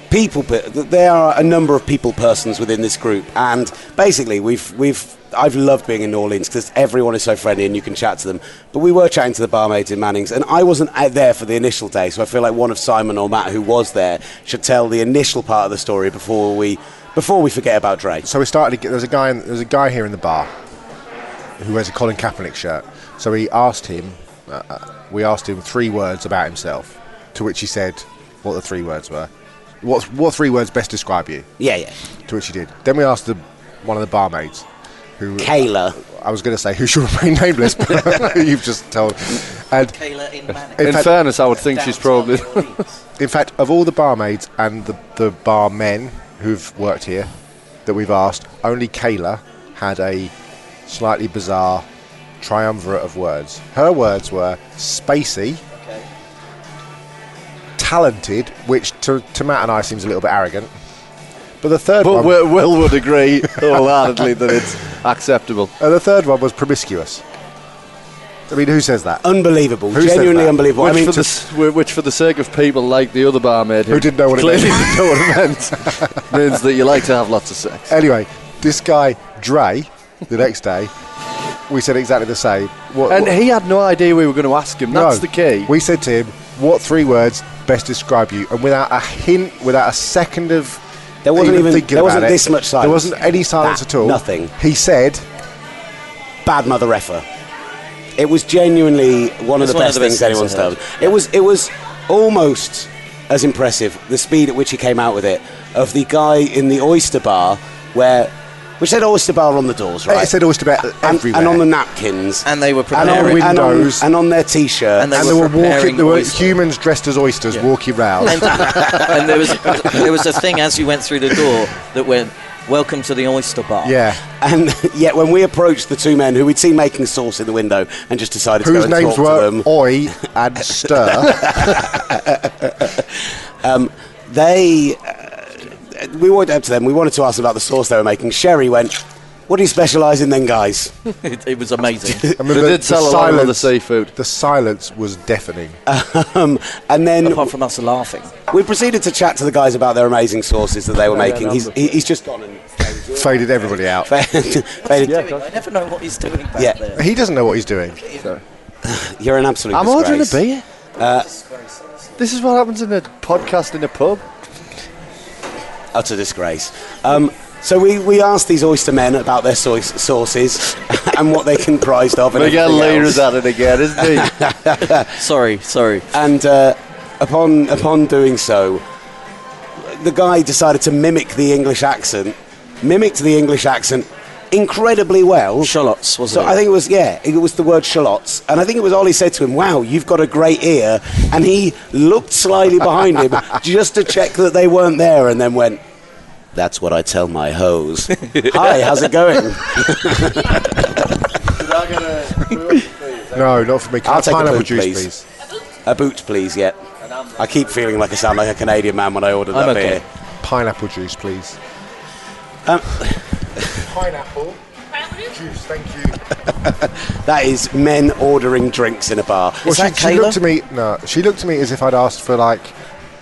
Speaker 1: people, pe- that there are a number of people persons within this group, and basically we've we've. I've loved being in New Orleans because everyone is so friendly and you can chat to them. But we were chatting to the barmaids in Manning's, and I wasn't out there for the initial day, so I feel like one of Simon or Matt who was there should tell the initial part of the story before we before we forget about Dre.
Speaker 5: So we started. to get- There's a guy. In, there's a guy here in the bar who wears a Colin Kaepernick shirt. So we asked him. Uh, uh, we asked him three words about himself, to which he said what the three words were. What what three words best describe you?
Speaker 1: Yeah, yeah.
Speaker 5: To which he did. Then we asked the one of the barmaids, who
Speaker 1: Kayla.
Speaker 5: I was going to say who should remain nameless, but you've just told. And
Speaker 2: Kayla in
Speaker 5: In
Speaker 6: in
Speaker 5: fact-
Speaker 6: fairness, I would think she's probably.
Speaker 5: in fact, of all the barmaids and the, the barmen who've worked here that we've asked, only Kayla had a slightly bizarre triumvirate of words. Her words were spacey, talented, which to, to Matt and I seems a little bit arrogant. But the third
Speaker 6: but
Speaker 5: one,
Speaker 6: Will Will would agree wholeheartedly that it's acceptable.
Speaker 5: uh, the third one was promiscuous. I mean, who says that?
Speaker 1: Oh. Unbelievable.
Speaker 5: Who said
Speaker 1: Genuinely
Speaker 5: that?
Speaker 1: unbelievable.
Speaker 6: Which,
Speaker 1: I mean,
Speaker 6: for
Speaker 1: to-
Speaker 6: the, s- whi- which, for the sake of people like the other barmaid,
Speaker 5: Who didn't know what it
Speaker 6: clearly
Speaker 5: meant.
Speaker 6: didn't know what it meant, means that you like to have lots of sex.
Speaker 5: Anyway, this guy Dre, the next day, we said exactly the same. What,
Speaker 6: And
Speaker 5: what-
Speaker 6: he had no idea we were going to ask him. That's
Speaker 5: No.
Speaker 6: the key.
Speaker 5: We said to him, "What three words best describe you?" And without a hint, without a second of
Speaker 1: There wasn't even-
Speaker 5: thinking
Speaker 1: there
Speaker 5: about
Speaker 1: wasn't
Speaker 5: it,
Speaker 1: this much
Speaker 5: There
Speaker 1: silence.
Speaker 5: wasn't any silence
Speaker 1: That,
Speaker 5: at all.
Speaker 1: nothing.
Speaker 5: He said,
Speaker 1: bad mother effer. It was genuinely one of
Speaker 2: It's
Speaker 1: the
Speaker 2: one
Speaker 1: best
Speaker 2: of the
Speaker 1: things
Speaker 2: best things
Speaker 1: anyone's done.
Speaker 2: I've heard.
Speaker 1: It was it was almost as impressive the speed at which he came out with it of the guy in the oyster bar where which said oyster bar on the doors, right?
Speaker 5: "It said oyster about
Speaker 1: and,
Speaker 5: everywhere."
Speaker 1: and on the napkins
Speaker 2: And they were
Speaker 1: and on,
Speaker 2: preparing.
Speaker 5: the
Speaker 1: and on-
Speaker 5: windows.
Speaker 1: and on their t-shirt
Speaker 2: And
Speaker 5: And
Speaker 2: they
Speaker 5: there
Speaker 2: were
Speaker 5: were walking.
Speaker 2: preparing
Speaker 5: There were
Speaker 2: oyster.
Speaker 5: humans dressed as oysters walking round.
Speaker 2: and, and there was there was a thing as you went through the door that went, "Welcome to the oyster bar."
Speaker 5: yeah.
Speaker 1: And yet, when we approached the two men who we'd seen making sauce in the window and just decided
Speaker 5: Whose
Speaker 1: to go and talk
Speaker 5: names
Speaker 1: to
Speaker 5: were
Speaker 1: them,
Speaker 5: Oi and Stir.
Speaker 1: they uh, we walked up to them. We wanted to ask them about the sauce they were making. Sherry went, "What do you specialise in, then, guys?"
Speaker 2: It, it was amazing.
Speaker 5: I mean,
Speaker 6: they
Speaker 5: the-
Speaker 6: did
Speaker 5: the
Speaker 6: sell a lot of the
Speaker 5: silence-
Speaker 6: seafood.
Speaker 5: The silence was deafening.
Speaker 1: Um, and then
Speaker 2: Apart from us laughing,
Speaker 1: we proceeded to chat to the guys about their amazing sauces that they were making. He's, he- he's just gone and
Speaker 5: Faded everybody out.
Speaker 1: faded. faded.
Speaker 2: I never know what he's doing back
Speaker 1: Yeah.
Speaker 2: there.
Speaker 5: He doesn't know what he's doing.
Speaker 1: You're an absolute.
Speaker 6: I'm
Speaker 1: disgrace.
Speaker 6: ordering a beer. This is what happens in a podcast in a pub.
Speaker 1: utter disgrace. Um, so we, we asked these oyster men about their soy- sauces and what they comprised of. And
Speaker 6: Miguel
Speaker 1: everything else.
Speaker 6: Leira's at it again, isn't he?
Speaker 2: Sorry, sorry.
Speaker 1: and uh, upon upon doing so, the guy decided to mimic the English accent, mimicked the English accent incredibly well.
Speaker 2: Shallots was
Speaker 1: So
Speaker 2: it?
Speaker 1: I think it was yeah, it was the word shallots, and I think it was Ollie said to him, "Wow, you've got a great ear," and he looked slyly behind him just to check that they weren't there, and then went. That's what I tell my hoes. Hi, how's it going?
Speaker 5: No, not for me. Can
Speaker 1: I'll
Speaker 5: I
Speaker 1: take a
Speaker 5: pineapple
Speaker 1: boot,
Speaker 5: juice,
Speaker 1: please.
Speaker 5: please?
Speaker 1: A boot, please. Yeah. I keep feeling like I sound like a Canadian man when I order that
Speaker 2: I'm okay.
Speaker 1: beer.
Speaker 5: Pineapple juice, please.
Speaker 1: Um,
Speaker 5: Pineapple juice, thank you.
Speaker 1: That is men ordering drinks in a bar.
Speaker 5: Well,
Speaker 2: Is
Speaker 5: she,
Speaker 2: that
Speaker 5: she looked
Speaker 2: Kayla?
Speaker 5: to me. No, she looked to me as if I'd asked for like,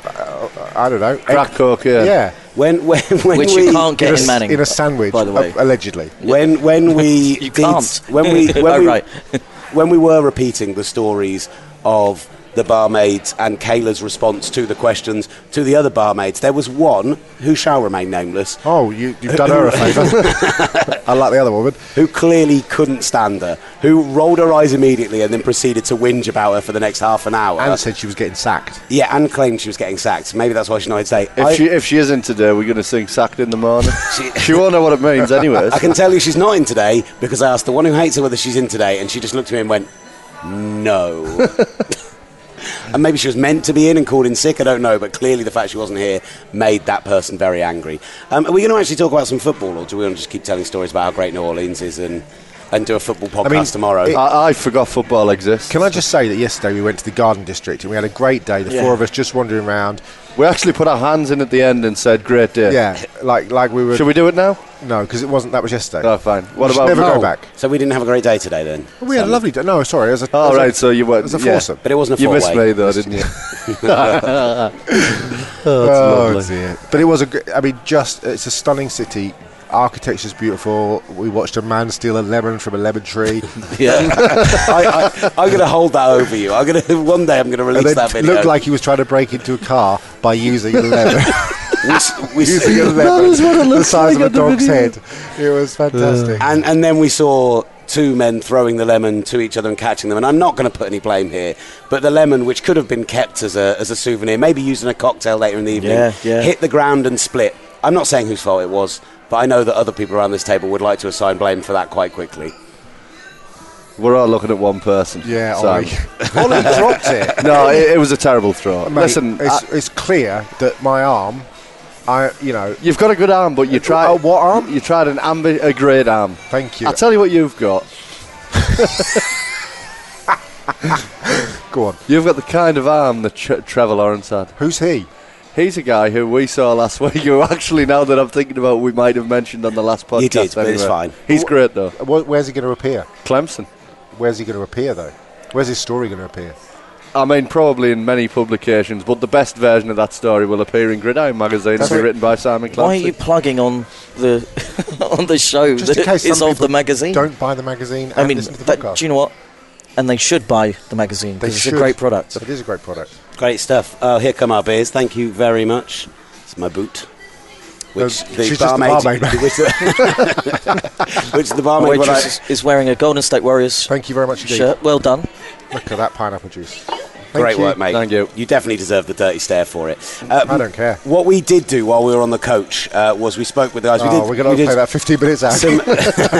Speaker 5: uh, I don't know, egg-
Speaker 6: Crack cocaine.
Speaker 5: Yeah,
Speaker 1: When when when
Speaker 2: Which
Speaker 1: we
Speaker 2: you can't
Speaker 5: in,
Speaker 2: get
Speaker 5: a,
Speaker 2: in Manning.
Speaker 5: in a sandwich,
Speaker 2: by the way.
Speaker 5: a- allegedly.
Speaker 1: when when we
Speaker 2: You
Speaker 1: did,
Speaker 2: can't.
Speaker 1: when we when
Speaker 2: Oh,
Speaker 1: we,
Speaker 2: right.
Speaker 1: when we were repeating the stories of the barmaids and Kayla's response to the questions to the other barmaids, there was one who shall remain nameless
Speaker 5: Oh, you, you've done her a favour. I like the other woman.
Speaker 1: who clearly couldn't stand her, who rolled her eyes immediately and then proceeded to whinge about her for the next half an hour.
Speaker 5: And said she was getting sacked.
Speaker 1: yeah, and claimed she was getting sacked. Maybe that's why she's not in today.
Speaker 6: If
Speaker 1: I,
Speaker 6: she if she isn't today, we're going to sing "Sacked in the Morning." she won't know what it means, anyways.
Speaker 1: I can tell you she's not in today because I asked the one who hates her whether she's in today, and she just looked at me and went, "No." and maybe she was meant to be in and called in sick. I don't know, but clearly the fact she wasn't here made that person very angry. Um, are we going to actually talk about some football, or do we want to just keep telling stories about how great New Orleans is and and do a football podcast
Speaker 5: mean,
Speaker 1: tomorrow?
Speaker 5: it-
Speaker 6: I, I forgot football exists.
Speaker 5: Can I just say that yesterday we went to the Garden District and we had a great day. The
Speaker 1: Yeah.
Speaker 5: four of us just wandering around.
Speaker 6: We actually put our hands in at the end and said, "Great day."
Speaker 5: Yeah, like like we were.
Speaker 6: Should we do it now?
Speaker 5: No, because it wasn't. That was yesterday.
Speaker 6: Oh, fine. What
Speaker 5: We should
Speaker 6: about
Speaker 5: never
Speaker 1: Oh,
Speaker 5: go back.
Speaker 1: So we didn't have a great day today, then.
Speaker 5: We had a
Speaker 1: So-
Speaker 5: lovely day. No, sorry. It was a, it
Speaker 6: All
Speaker 5: was a-
Speaker 6: Oh, right, so you went.
Speaker 5: It was a
Speaker 6: yeah.
Speaker 5: foursome.
Speaker 1: But it wasn't a
Speaker 6: You missed
Speaker 1: four-way.
Speaker 6: me though, didn't you?
Speaker 5: Oh,
Speaker 6: lovely.
Speaker 5: dear. But it was a. gr- I mean, just it's a stunning city. Architecture's beautiful. We watched a man steal a lemon from a lemon tree.
Speaker 1: Yeah. I, I, I'm going to hold that over you. I'm going to one day I'm going to
Speaker 5: and
Speaker 1: release
Speaker 5: it
Speaker 1: that video.
Speaker 5: looked like he was trying to break into a car by using a lemon.
Speaker 1: we, s- we s-
Speaker 5: using a lemon. the size of a dog's head. It was
Speaker 6: Uh.
Speaker 5: fantastic.
Speaker 1: And, and then we saw two men throwing the lemon to each other and catching them. And I'm not going to put any blame here, but the lemon, which could have been kept as a, as a souvenir, maybe used in a cocktail later in the evening,
Speaker 2: Yeah, yeah.
Speaker 1: hit the ground and split. I'm not saying whose fault it was, but I know that other people around this table would like to assign blame for that quite quickly.
Speaker 6: We're all looking at one person.
Speaker 5: yeah,
Speaker 6: Sam.
Speaker 5: Ollie. Ollie dropped it.
Speaker 6: No, it, it was a terrible throw.
Speaker 5: Mate,
Speaker 6: Listen,
Speaker 5: it's,
Speaker 6: I-
Speaker 5: it's clear that my arm. I, you know,
Speaker 6: you've got a good arm, but you tried
Speaker 5: Oh, what arm?
Speaker 6: You tried an ambi- a great arm.
Speaker 5: Thank you.
Speaker 6: I tell you what, you've got.
Speaker 5: Go on.
Speaker 6: You've got the kind of arm that Tre- Trevor Lawrence had.
Speaker 5: Who's he?
Speaker 6: He's a guy who we saw last week. Who actually, now that I'm thinking about, we might have mentioned on the last podcast.
Speaker 1: You did, but it's
Speaker 6: anyway.
Speaker 1: fine.
Speaker 6: He's great though.
Speaker 5: Wh- Where's he going to appear?
Speaker 6: Clemson.
Speaker 5: Where's he going to appear though? Where's his story going to appear?
Speaker 6: I mean, probably in many publications, but the best version of that story will appear in Gridiron magazine and
Speaker 5: That's
Speaker 6: be
Speaker 5: right.
Speaker 6: written by Simon
Speaker 2: Why are you
Speaker 6: Clancy.
Speaker 2: plugging on the on the show
Speaker 5: Just in
Speaker 2: that
Speaker 5: case
Speaker 2: is
Speaker 5: some
Speaker 2: of the
Speaker 5: people
Speaker 2: magazine?
Speaker 5: Don't buy the magazine. And
Speaker 2: I mean,
Speaker 5: listen to the
Speaker 2: that-
Speaker 5: podcast.
Speaker 2: do you know what? And they should buy the magazine
Speaker 5: They
Speaker 2: because it's a
Speaker 5: should.
Speaker 2: great product.
Speaker 5: It is a great product.
Speaker 1: Great stuff. Oh, here come our beers. Thank you very much. It's my boot. Which
Speaker 5: No,
Speaker 1: the
Speaker 5: Uh, she's just the
Speaker 1: barmaid,
Speaker 5: barmaid.
Speaker 1: which, the, which the barmaid,
Speaker 2: Waitress
Speaker 1: when I-
Speaker 2: is- is wearing a Golden State Warriors
Speaker 5: Oh, Thank you very much indeed.
Speaker 2: shirt. Well done.
Speaker 5: Look at that pineapple juice. Thank
Speaker 1: Great
Speaker 5: you.
Speaker 1: work, mate.
Speaker 6: Thank you.
Speaker 1: You definitely deserve the dirty stare for it. Uh,
Speaker 5: I don't care.
Speaker 1: What we did do while we were on the coach uh, was we spoke with the guys.
Speaker 5: Oh,
Speaker 1: we
Speaker 5: we're
Speaker 1: did,
Speaker 5: going
Speaker 1: we
Speaker 5: to
Speaker 1: did
Speaker 5: play that 15 minutes out.
Speaker 1: some-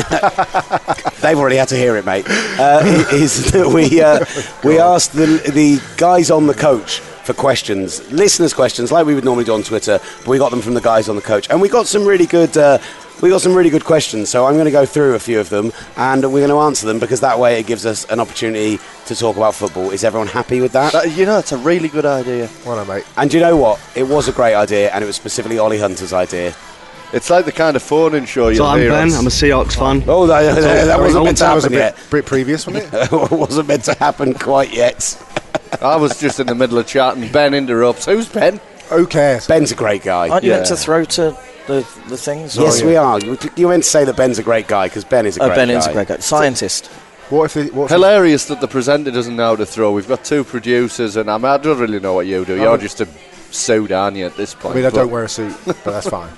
Speaker 1: They've already had to hear it, mate. Uh, i- is that we uh, we asked the the guys on the coach for questions, listeners' questions, like we would normally do on Twitter, but we got them from the guys on the coach, and we got some really good. Uh, we got some really good questions, so I'm going to go through a few of them, and we're going to answer them because that way it gives us an opportunity to talk about football. Is everyone happy with that?
Speaker 6: That- Uh, you know, it's a really good idea.
Speaker 5: well, no, mate.
Speaker 1: And do you know what? It was a great idea, and it was specifically Ollie Hunter's idea.
Speaker 6: It's like the kind of phone-in show
Speaker 7: So
Speaker 6: you'll
Speaker 7: I'm
Speaker 6: hear.
Speaker 7: Ben.
Speaker 6: on-
Speaker 7: I'm a Seahawks fan.
Speaker 1: Oh, that, that,
Speaker 5: I mean,
Speaker 1: wasn't meant to
Speaker 5: that was a
Speaker 1: happen
Speaker 5: bit,
Speaker 1: yet.
Speaker 5: bit previous, wasn't it?
Speaker 1: it wasn't meant to happen quite yet.
Speaker 6: I was just in the middle of chatting. Ben interrupts. Who's Ben?
Speaker 5: Who cares?
Speaker 1: Ben's a great guy.
Speaker 2: Aren't you meant to
Speaker 6: Yeah.
Speaker 2: throw to the, the things? or-
Speaker 1: yes, we are. You- You meant to say that Ben's a great guy because Ben is a
Speaker 2: Oh,
Speaker 1: great
Speaker 2: Ben
Speaker 1: guy.
Speaker 2: is a great guy. Scientist.
Speaker 5: What if? They, what if
Speaker 6: Hilarious that the presenter doesn't know how to throw. We've got two producers, and I, mean, I don't really know what you do. You're
Speaker 5: would-
Speaker 6: just a suit, aren't you, at this
Speaker 5: I
Speaker 6: point?
Speaker 5: mean, I
Speaker 6: But-
Speaker 5: don't wear a suit, but that's fine.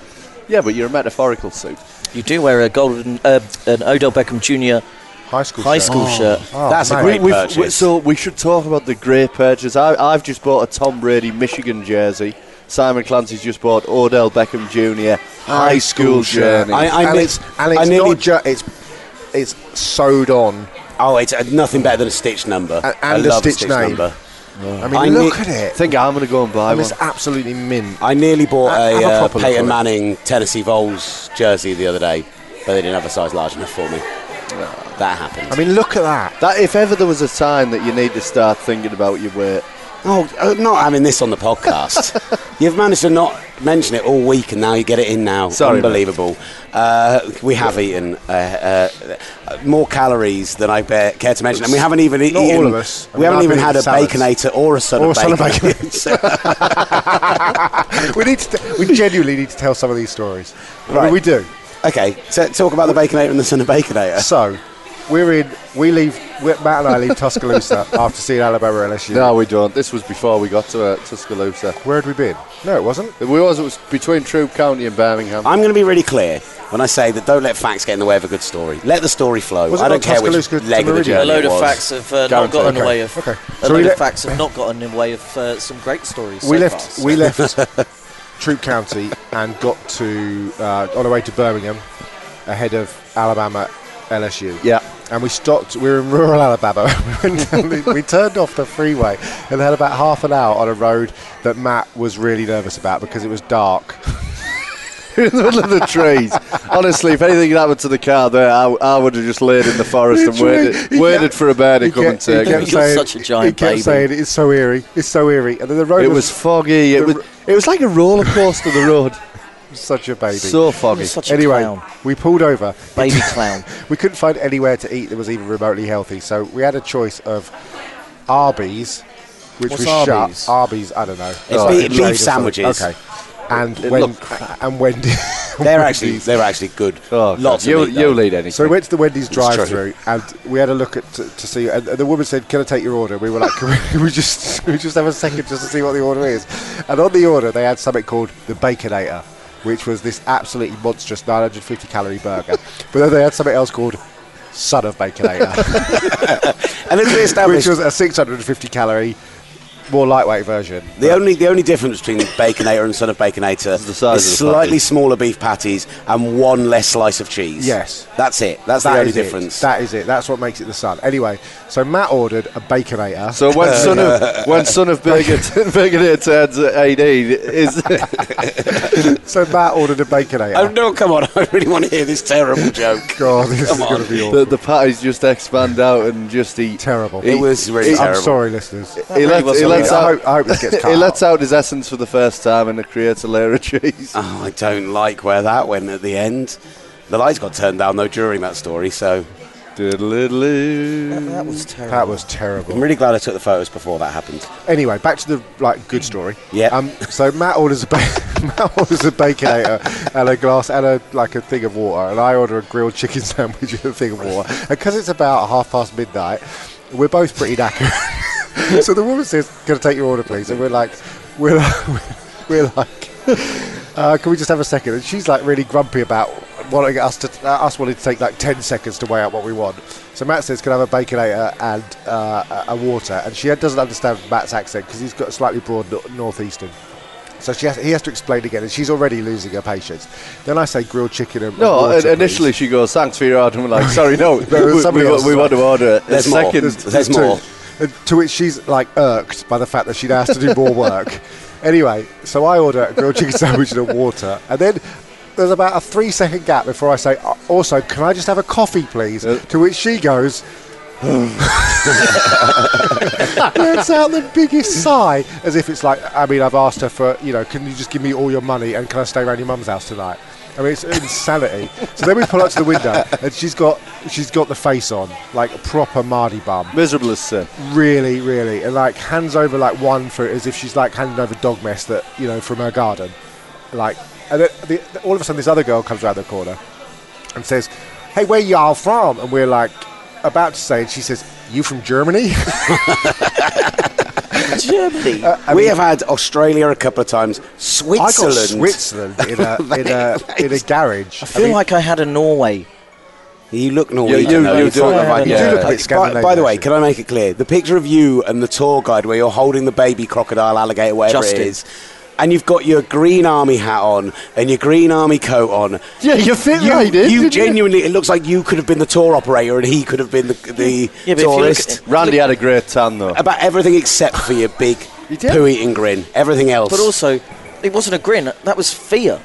Speaker 6: Yeah, but you're a metaphorical suit.
Speaker 2: You do wear a golden, uh, an Odell Beckham Jr.
Speaker 5: High school.
Speaker 2: high
Speaker 5: shirt.
Speaker 2: school shirt.
Speaker 5: Oh,
Speaker 1: That's a
Speaker 5: mate.
Speaker 1: great
Speaker 6: We've-
Speaker 1: purchase.
Speaker 6: we- so we should talk about the great purchase. I, I've just bought a Tom Brady Michigan jersey. Simon Clancy's just bought Odell Beckham Jr. High school jersey.
Speaker 1: I- I
Speaker 5: and
Speaker 1: ne-
Speaker 5: it's, and
Speaker 1: I
Speaker 5: it's
Speaker 1: nearly-
Speaker 5: not just it's it's sewed on.
Speaker 1: oh, it's uh, nothing better than a Stitch number.
Speaker 5: And-
Speaker 1: I
Speaker 5: and a
Speaker 1: love
Speaker 5: Stitch name.
Speaker 1: number.
Speaker 5: I mean,
Speaker 1: I
Speaker 5: look
Speaker 1: ne-
Speaker 5: at it.
Speaker 6: think I'm going to go and buy
Speaker 5: And
Speaker 6: one.
Speaker 5: it's absolutely mint.
Speaker 1: I nearly bought
Speaker 5: Ha-
Speaker 1: a,
Speaker 5: have a
Speaker 1: uh,
Speaker 5: proper look at
Speaker 1: Peyton
Speaker 5: it.
Speaker 1: Manning Tennessee Vols jersey the other day, but they didn't have a size large enough for me. That happened.
Speaker 5: I mean, look at that.
Speaker 6: That if ever there was a time that you need to start thinking about your weight,
Speaker 1: Oh, uh, not having this on the podcast. You've managed to not mention it all week, and now you get it in now.
Speaker 6: Sorry, mate.
Speaker 1: Unbelievable. Uh, we have eaten uh, uh, more calories than I bear, care to mention, and we haven't even
Speaker 5: Not all
Speaker 1: eaten.
Speaker 5: of us. I
Speaker 1: We
Speaker 5: mean,
Speaker 1: haven't
Speaker 5: I've
Speaker 1: even
Speaker 5: been
Speaker 1: had a
Speaker 5: eating salads.
Speaker 1: baconator or a son of
Speaker 5: Or a son of
Speaker 1: bacon. So-
Speaker 5: we need to. T- we genuinely need to tell some of these stories. I mean,
Speaker 1: Right.
Speaker 5: we do.
Speaker 1: okay, so talk about the baconator and the son of baconator.
Speaker 5: So we're in. We leave. we Matt and I leave Tuscaloosa after seeing Alabama LSU.
Speaker 6: No, we don't. This was before we got to uh, Tuscaloosa.
Speaker 5: Where had we been? No, it wasn't.
Speaker 6: It was, it was between Troop County and Birmingham.
Speaker 1: I'm going to be really clear when I say that don't let facts get in the way of a good story. Let the story flow.
Speaker 5: Was it
Speaker 1: I don't
Speaker 5: on
Speaker 1: care which
Speaker 5: Tuscaloosa to
Speaker 1: leg of the
Speaker 5: Meridian?
Speaker 1: journey
Speaker 2: a
Speaker 5: Yeah,
Speaker 1: it
Speaker 2: load of
Speaker 1: was.
Speaker 2: facts have uh, not
Speaker 5: Guaranteed.
Speaker 2: gotten in
Speaker 5: Okay,
Speaker 2: the way of.
Speaker 5: okay.
Speaker 2: A
Speaker 5: So we
Speaker 2: load of
Speaker 5: let-
Speaker 2: facts have not gotten in the way of uh, some great stories.
Speaker 5: we
Speaker 2: so
Speaker 5: left.
Speaker 2: far, so-
Speaker 5: We left Troop County and got to uh, on our way to Birmingham ahead of Alabama LSU.
Speaker 6: Yeah.
Speaker 5: And we stopped. We were in rural Alabama. We went down the- we turned off the freeway and had about half an hour on a road that Matt was really nervous about because it was dark.
Speaker 6: in the middle of the trees. Honestly, if anything happened to the car there, I, I would have just laid in the forest and waited,
Speaker 5: He
Speaker 6: waited
Speaker 5: kept-
Speaker 6: for a bear to
Speaker 5: he
Speaker 6: come
Speaker 5: kept-
Speaker 6: and
Speaker 5: he kept
Speaker 6: take me.
Speaker 2: You're such a giant
Speaker 5: He kept
Speaker 2: baby.
Speaker 5: saying it's so eerie, it's so eerie, and then the road
Speaker 6: It was foggy. It was, it was like a roller coaster. The road
Speaker 5: such a baby.
Speaker 6: so foggy.
Speaker 2: You're such a
Speaker 5: anyway,
Speaker 2: clown.
Speaker 5: we pulled over.
Speaker 2: Baby clown.
Speaker 5: We couldn't find anywhere to eat that was even remotely healthy, so we had a choice of Arby's, which
Speaker 2: What's
Speaker 5: was
Speaker 2: Arby's?
Speaker 5: shut. Arby's, I don't know. Oh, It's
Speaker 1: beef- beef sandwiches.
Speaker 5: Okay. And
Speaker 6: It
Speaker 5: Wen-
Speaker 6: looked
Speaker 5: and Wendy's.
Speaker 1: They're actually they're actually good.
Speaker 6: Oh,
Speaker 1: Lots
Speaker 6: God. you,
Speaker 1: of meat,
Speaker 6: you
Speaker 1: though.
Speaker 6: lead anything.
Speaker 5: So we went to the Wendy's
Speaker 1: true.
Speaker 5: drive-through, and we had a look at to, to see. And, and the woman said, "Can I take your order?" We were like, "Can we, can we just can we just have a second just to see what the order is?" And on the order, they had something called the Baconator, which was this absolutely monstrous 950 calorie burger. but then they had something else called Son of Baconator,
Speaker 1: And as we
Speaker 5: which
Speaker 1: established,
Speaker 5: was a 650 calorie, more lightweight version.
Speaker 1: the only the only difference between baconator and son of baconator
Speaker 6: the size
Speaker 1: is
Speaker 6: of the
Speaker 1: slightly
Speaker 6: patty.
Speaker 1: smaller beef patties and one less slice of cheese.
Speaker 5: Yes.
Speaker 1: that's it. That's the
Speaker 5: That
Speaker 1: only
Speaker 5: is it.
Speaker 1: difference.
Speaker 5: That is it. That's what makes it the Sun. Anyway, so Matt ordered a Baconator.
Speaker 6: So when son of when son of Birgit Birgit turns eighteen, is
Speaker 5: so Matt ordered a Baconator.
Speaker 1: Oh no! Come on! I really want to hear this terrible joke.
Speaker 5: God, this
Speaker 1: Come
Speaker 5: is
Speaker 1: on.
Speaker 5: going to be awful.
Speaker 6: the, the patties just expand out and just eat?
Speaker 5: Terrible.
Speaker 1: It was really
Speaker 5: I'm
Speaker 1: terrible.
Speaker 5: sorry, listeners.
Speaker 6: He
Speaker 2: really
Speaker 6: lets,
Speaker 2: was
Speaker 6: he
Speaker 2: something.
Speaker 6: lets
Speaker 5: I
Speaker 6: out.
Speaker 5: hope, I hope this gets cut.
Speaker 6: He lets
Speaker 5: out.
Speaker 6: out his essence for the first time and it creates a layer of cheese.
Speaker 1: Oh, I don't like where that went at the end. The lights got turned down though during that story, so
Speaker 6: Diddle-diddle.
Speaker 2: that was terrible.
Speaker 5: That was
Speaker 1: I'm
Speaker 5: terrible.
Speaker 1: really glad I took the photos before that happened.
Speaker 5: Anyway, back to the like good story.
Speaker 1: Yeah.
Speaker 5: Um. So Matt orders a ba- Matt orders a baconator and a glass and a like a thing of water, and I order a grilled chicken sandwich and a thing of water. And because it's about half past midnight, we're both pretty knackered. so the woman says, "Can I take your order, please?" And we're like, we're like, we're like, uh, "Can we just have a second? And she's like really grumpy about wanting us to uh, us wanting to take like ten seconds to weigh out what we want. So Matt says, "Can I have a baconator and uh, a a water?" And she doesn't understand Matt's accent because he's got a slightly broad nor- northeastern. So she has, he has to explain again, and she's already losing her patience. Then I say grilled chicken and
Speaker 6: No,
Speaker 5: water,
Speaker 6: i- initially
Speaker 5: please.
Speaker 6: she goes, "Thanks for your order." and We're like, "Sorry, no, we,
Speaker 5: There was
Speaker 6: we,
Speaker 5: somebody
Speaker 6: wa-
Speaker 5: else.
Speaker 6: we want to order it."
Speaker 1: There's
Speaker 6: a
Speaker 1: more.
Speaker 6: second,
Speaker 1: There's
Speaker 5: Two.
Speaker 1: more.
Speaker 5: And to which she's like irked by the fact that she now has to do more work. Anyway, so I order a grilled chicken sandwich and a water, and then there's about a three second gap before I say, "Uh, also, can I just have a coffee, please?
Speaker 6: Uh.
Speaker 5: to which she goes, lets out the biggest sigh as if it's like, I mean, I've asked her for, you know, can you just give me all your money and can I stay around your mum's house tonight? I mean, it's insanity. so then we pull up to the window and she's got she's got the face on, like a proper Mardy bum
Speaker 6: miserable as sin.
Speaker 5: really, really, and like hands over like one fruit as if she's like handing over dog mess that you know from her garden, like. And then the, the- all of a sudden, this other girl comes around the corner and says, "Hey, where y'all from?" And we're like about to say, and she says, "You from Germany?"
Speaker 2: Germany.
Speaker 1: we have had Australia a couple of times.
Speaker 5: Uh, I got
Speaker 1: Switzerland.
Speaker 5: Switzerland in a in a in a garage.
Speaker 2: I feel like I had a Norway.
Speaker 1: You look Norwegian.
Speaker 6: you-
Speaker 1: though.
Speaker 6: you
Speaker 1: You're
Speaker 6: do
Speaker 1: fine.
Speaker 6: look like- You do look a
Speaker 5: bit
Speaker 1: By- by,
Speaker 5: Scandinavian,
Speaker 1: the way,
Speaker 5: actually.
Speaker 1: can I make it clear? The picture of you and the tour guide where you're holding the baby crocodile, alligator, whatever
Speaker 2: Justin.
Speaker 1: it is, and you've got your green army hat on and your green army coat on.
Speaker 6: Yeah, you fit
Speaker 1: You,
Speaker 6: right in.
Speaker 1: you genuinely, it looks like you could have been the tour operator and he could have been the, the
Speaker 2: Yeah, but if you look at
Speaker 1: tourist.
Speaker 2: it-
Speaker 6: Randy had a great tan though.
Speaker 1: About everything except for your big
Speaker 5: did.
Speaker 1: poo eating grin. Everything else.
Speaker 2: But also, it wasn't a grin. That was fear.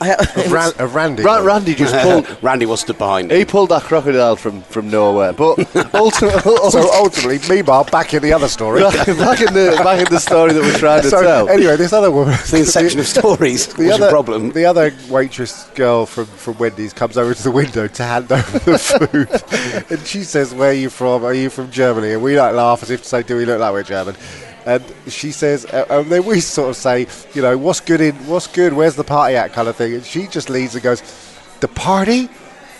Speaker 6: I, it
Speaker 5: Of, Ran-
Speaker 6: was-
Speaker 5: of Randy.
Speaker 6: Ran- Randy just pulled.
Speaker 1: Randy was stood behind.
Speaker 6: He pulled that crocodile from, from nowhere, but ultimately,
Speaker 5: So ultimately, meanwhile, back in the other story.
Speaker 6: back, back in the back in the story that we're trying to
Speaker 5: so
Speaker 6: tell.
Speaker 5: anyway, this other woman.
Speaker 1: It's the inception of stories.
Speaker 5: The
Speaker 1: was
Speaker 5: other
Speaker 1: a problem.
Speaker 5: The other waitress girl from, from Wendy's comes over to the window to hand over the food, and she says, "Where are you from? Are you from Germany?" And we like laugh as if to say, "Do we look like we're German?" And she says, uh, and then we sort of say, "You know, what's good in what's good? Where's the party at?" kind of thing. And she just leads and goes, "The party."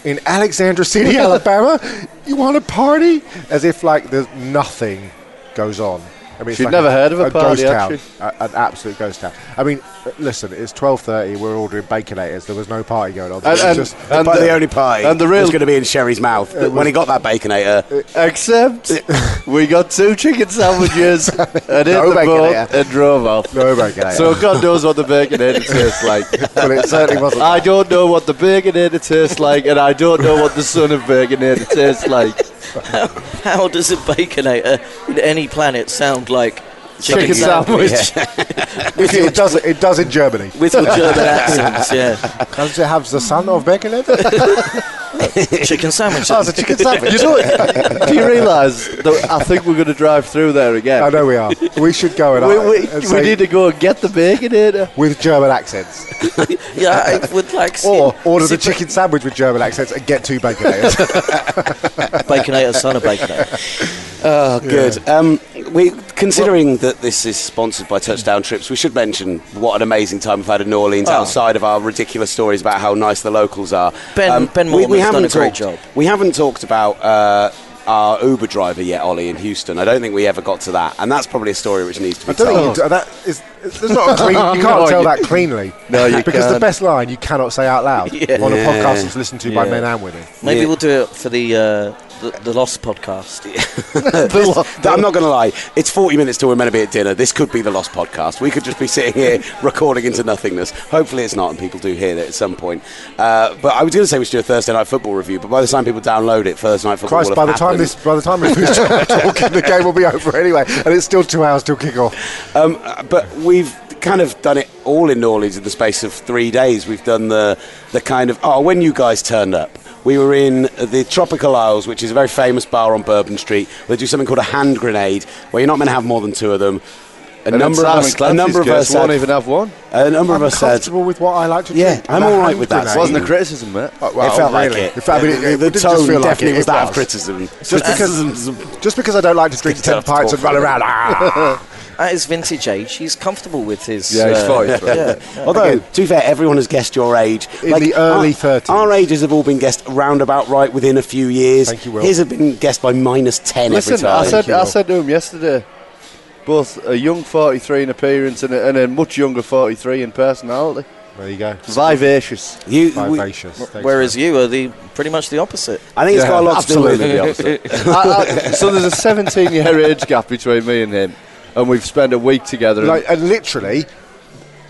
Speaker 5: In Alexandra City, Alabama, you want a party? As if like there's nothing goes on. I mean, it's
Speaker 6: She'd
Speaker 5: like
Speaker 6: never heard of a
Speaker 5: ghost
Speaker 6: party, had
Speaker 5: town
Speaker 6: she?
Speaker 5: a- an absolute ghost town. I mean, uh, listen, it's twelve thirty. We're ordering baconators. There was no party going on. It
Speaker 6: And-
Speaker 5: was
Speaker 6: and-
Speaker 5: just
Speaker 6: and
Speaker 1: but the,
Speaker 6: the-
Speaker 1: only pie
Speaker 6: and the real-
Speaker 1: was going to be in Sherry's mouth when he got that baconator.
Speaker 6: Except we got two chicken sandwiches and hit
Speaker 5: No
Speaker 6: the
Speaker 5: baconator.
Speaker 6: boat and drove off.
Speaker 5: no baconator.
Speaker 6: So God knows what the baconator tastes like.
Speaker 5: well, it certainly wasn't.
Speaker 6: I don't know what the baconator tastes like, and I don't know what the son of baconator tastes like.
Speaker 2: How does a baconator in any planet sound like
Speaker 6: Chicken, sandwich.
Speaker 5: it, it does. It does in Germany.
Speaker 2: With your German accents, yeah.
Speaker 5: Does it have the son of baconator?
Speaker 2: Chicken sandwich.
Speaker 5: oh, it's a chicken sandwich.
Speaker 6: You know, do you realise that I think we're going to drive through there again?
Speaker 5: I know we are. We should go and,
Speaker 6: We,
Speaker 5: uh,
Speaker 6: we,
Speaker 5: and
Speaker 6: we
Speaker 5: say-
Speaker 6: need to go and uh, get the baconator.
Speaker 5: with German accents,
Speaker 2: yeah, I would like see
Speaker 5: or order the chicken sandwich with German accents and get two baconators.
Speaker 2: baconator, son of baconator.
Speaker 1: Oh, good. Um, we considering that this is sponsored by Touchdown Trips, we should mention what an amazing time we've had in New Orleans.
Speaker 2: Oh.
Speaker 1: Outside of our ridiculous stories about how nice the locals are, Um,
Speaker 2: Ben- Ben Mortimer's done
Speaker 1: haven't
Speaker 2: a great
Speaker 1: talked-
Speaker 2: job.
Speaker 1: We haven't talked about. Uh, our Uber driver yet, Ollie, in Houston. I don't think we ever got to that, and that's probably a story which needs to be
Speaker 5: I don't think you
Speaker 1: told.
Speaker 5: do, that is. It's not a clean, you
Speaker 6: No,
Speaker 5: can't tell
Speaker 6: you-
Speaker 5: that cleanly.
Speaker 6: No, you
Speaker 5: because the
Speaker 6: can't.
Speaker 5: best line you cannot say out loud on a
Speaker 1: Yeah.
Speaker 5: podcast that's listened to by
Speaker 6: Yeah.
Speaker 5: men and women.
Speaker 2: Maybe
Speaker 1: Yeah.
Speaker 2: we'll do it for the uh, the, the Lost podcast.
Speaker 1: Th- I'm not going to lie. It's 40 minutes till we're meant to be at dinner. This could be the lost podcast. We could just be sitting here recording into nothingness. Hopefully, it's not, and people do hear that at some point. Uh, but I was going to say we should do a Thursday night football review. But by the time people download it, Thursday night football.
Speaker 5: Christ,
Speaker 1: will
Speaker 5: by
Speaker 1: have
Speaker 5: the time
Speaker 1: happened.
Speaker 5: this, by the time we finish talking, the game will be over anyway, and it's still two hours till kick off.
Speaker 1: Um, uh, but we've kind of done it all in New Orleans in the space of three days. We've done the the kind of oh, when you guys turned up. We were in the Tropical Isles, which is a very famous bar on Bourbon Street. They do something called a hand grenade, where you're not meant to have more than two of them. A
Speaker 6: And
Speaker 1: number
Speaker 6: in
Speaker 1: of
Speaker 6: Simon
Speaker 1: us, a
Speaker 6: Clancy's
Speaker 1: number of
Speaker 6: case,
Speaker 1: us, had-
Speaker 6: won't even have one.
Speaker 1: a number of
Speaker 5: I'm
Speaker 1: us said
Speaker 5: comfortable with what I like to
Speaker 1: Yeah,
Speaker 5: drink.
Speaker 1: I'm
Speaker 5: and a
Speaker 1: all right
Speaker 5: hand
Speaker 1: with that.
Speaker 5: grenade-
Speaker 6: Wasn't a criticism, mate.
Speaker 5: Oh, well,
Speaker 1: it felt
Speaker 5: really.
Speaker 1: like it.
Speaker 5: In fact, I mean, it,
Speaker 1: the,
Speaker 5: it
Speaker 1: the
Speaker 5: didn't
Speaker 1: tone
Speaker 5: just feel like
Speaker 1: definitely
Speaker 5: it,
Speaker 1: was
Speaker 5: it
Speaker 1: that of criticism.
Speaker 5: Just because, just because I don't like to drink
Speaker 1: getting
Speaker 5: ten
Speaker 1: tough to
Speaker 5: pints
Speaker 1: talk
Speaker 5: and run
Speaker 1: about.
Speaker 5: around. Ah.
Speaker 2: At his vintage age, he's comfortable with his.
Speaker 6: Yeah, his
Speaker 2: uh,
Speaker 6: voice, right?
Speaker 2: yeah.
Speaker 1: Although, to be fair, everyone has guessed your age.
Speaker 5: In the early
Speaker 1: our-
Speaker 5: 30s.
Speaker 1: Our ages have all been guessed roundabout right within a few years.
Speaker 5: Thank you, Will.
Speaker 1: His have been guessed by minus 10 every
Speaker 6: Listen,
Speaker 1: time.
Speaker 6: I said,
Speaker 5: you,
Speaker 6: I
Speaker 5: Will.
Speaker 6: said to him yesterday, both a young 43 in appearance and a, and a much younger 43 in personality.
Speaker 5: there you go.
Speaker 6: Vivacious.
Speaker 1: you, we-
Speaker 5: Vivacious. Thanks,
Speaker 2: Whereas
Speaker 5: man.
Speaker 2: you are the pretty much the opposite.
Speaker 1: I think it's
Speaker 5: Yeah,
Speaker 1: got a lot to do with
Speaker 5: absolutely the
Speaker 6: I, I, so there's a 17 year age gap between me and him, and we've spent a week together.
Speaker 5: like, and literally,